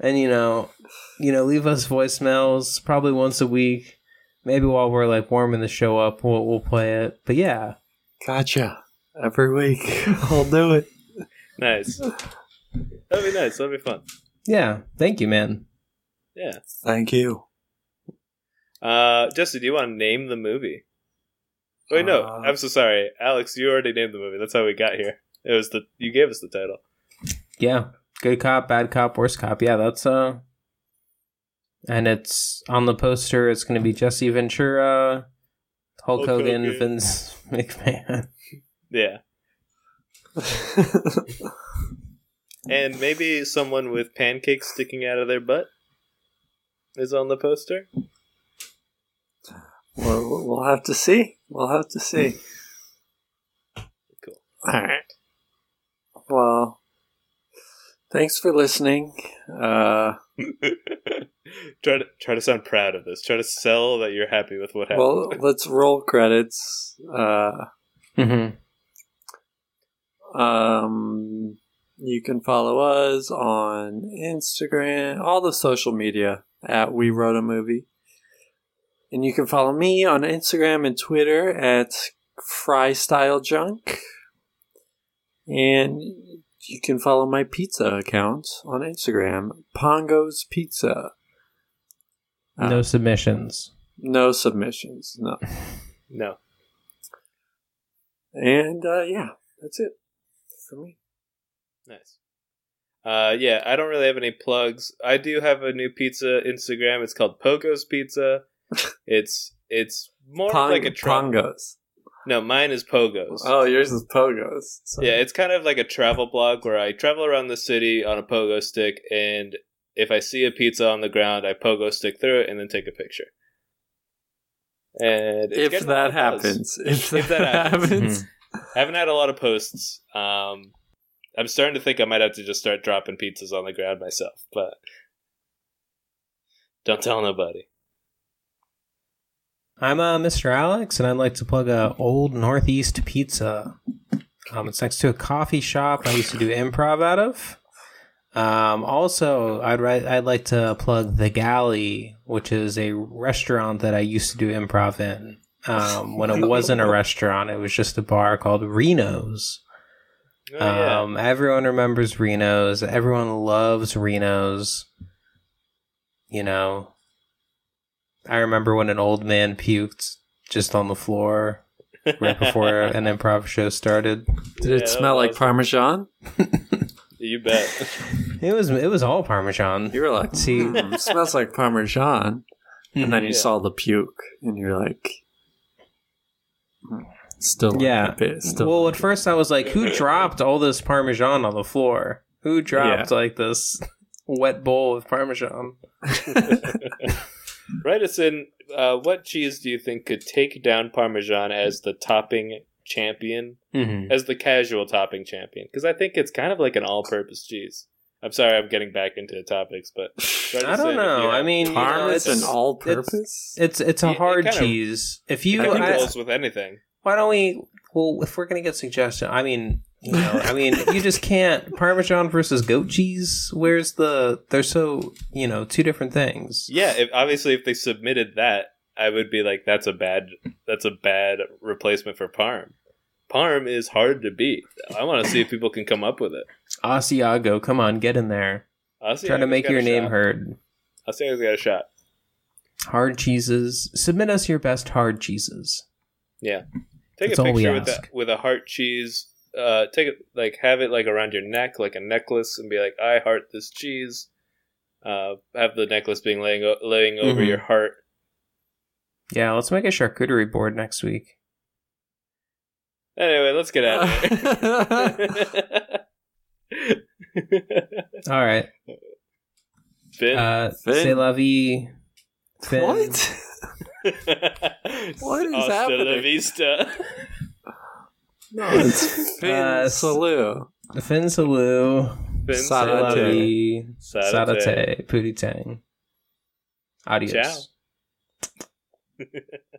A: And you know, you know, leave us voicemails probably once a week. Maybe while we're like warming the show up, we'll we'll play it. But yeah,
C: Gotcha. Every week. I'll do it.
B: Nice. That'd be nice. That'd be fun.
A: yeah. Thank you, man.
B: Yeah.
C: Thank you.
B: Uh, Jesse, do you want to name the movie? Wait, no.
C: Uh,
B: I'm so sorry, Alex. You already named the movie. That's how we got here. It was the you gave us the title.
A: Yeah, good cop, bad cop, worst cop. Yeah, that's uh. And it's on the poster. It's going to be Jesse Ventura, Hulk,
B: Hulk
A: Hogan,
B: Hogan.
A: Vince McMahon.
B: Yeah, and maybe someone with pancakes sticking out of their butt is on the poster.
C: we'll, we'll have to see. We'll have to see.
B: Cool.
C: All right. Well, thanks for listening. Uh,
B: try to try to sound proud of this. Try to sell that you're happy with what happened.
C: well, let's roll credits. Uh,
A: Mm-hmm.
C: Um, you can follow us on Instagram, all the social media at We Wrote a Movie. And you can follow me on Instagram and Twitter at FryStyleJunk. And you can follow my pizza account on Instagram, Pongo's Pizza. Uh,
A: No submissions.
C: no submissions, no.
B: no,
C: And uh, yeah, that's it for me.
B: nice. Uh, yeah, I don't really have any plugs. I do have a new pizza Instagram. It's called Poco's Pizza. It's it's more of
C: Pong-
B: like a travel.
C: Pongo's.
B: No, mine is Pogo's.
C: Oh, yours is Pogo's. So-
B: Yeah, it's kind of like a travel blog where I travel around the city on a pogo stick, and if I see a pizza on the ground, I pogo stick through it and then take a picture. And it's
C: if
B: getting
C: that
B: a lot of buzz.
C: happens, if that,
B: If that happens.
C: happens,
A: Mm-hmm.
B: I haven't had a lot of posts. Um, I'm starting to think I might have to just start dropping pizzas on the ground myself, but don't tell nobody.
A: I'm uh, Mr. Alex, and I'd like to plug a Old Northeast Pizza. Um, it's next to a coffee shop I used to do improv out of. Um, also, I'd ri- I'd like to plug the Galley, which is a restaurant that I used to do improv in. Um, when it wasn't a restaurant, it was just a bar called Reno's.
B: Oh, yeah.
A: Um, everyone remembers Reno's. Everyone loves Reno's. You know, I remember when an old man puked just on the floor right before an improv show started.
C: did
B: Yeah,
C: it smell
B: that
C: like
B: was-
C: Parmesan?
B: You bet.
A: It was it was all Parmesan.
C: You were like,
A: See.
C: "Hmm, smells like Parmesan, and then you
B: Yeah.
C: saw the puke, and you're like, "Hmm, still,
A: Yeah.
C: like a bit, still.
A: Well, at first I was like, who dropped all this Parmesan on the floor? Who dropped like this wet bowl of Parmesan?
B: Write us in. Uh, what cheese do you think could take down Parmesan as the topping champion,
A: Mm-hmm.
B: as the casual topping champion? Because I think it's kind of like an all-purpose cheese. I'm sorry, I'm getting back into the topics, but write
A: I
B: us in
A: don't
B: if you
A: know.
B: have-
A: I mean, you know,
C: Parmesan
A: it's,
C: all-purpose.
A: it's it's
B: It-
A: a
B: it
A: hard
B: kinda-
A: cheese. If you,
B: I think
A: I-
B: it goes with anything.
A: why don't we well if we're gonna get suggestion i mean you know i mean you just can't parmesan versus goat cheese where's the they're so you know two different things
B: Yeah, if, obviously, if they submitted that, I would be like, "That's a bad. That's a bad replacement for Parm. Parm is hard to beat. I want to see if people can come up with it.
A: asiago come on get in there
B: Asiago's
A: try to make
B: got a
A: your name
B: shot.
A: heard
B: Asiago's got a shot.
A: hard cheeses submit us your best hard cheeses
B: Take
A: That's
B: a
A: all we
B: picture with a,
A: ask.
B: with a heart cheese. Uh, take it like have it like around your neck, like a necklace, and be like, "I heart this cheese." Uh, have the necklace being laying o- laying over
A: Mhm.
B: your heart,
A: Yeah, let's make a charcuterie board next week.
B: Anyway, let's get out of here.
A: All right.
B: Finn.
A: Uh,
C: Finn.
A: C'est la vie. Finn.
C: what? what is
B: Hasta la
C: happening?
B: vista.
C: No, it's Finn
A: Uh,
C: Salou.
A: Finn Salu.
B: Finn,
A: C'est la
C: Sadate.
A: vie.
B: Sadate.
A: Sadate. Pootie Tang. Adios.
B: Ciao.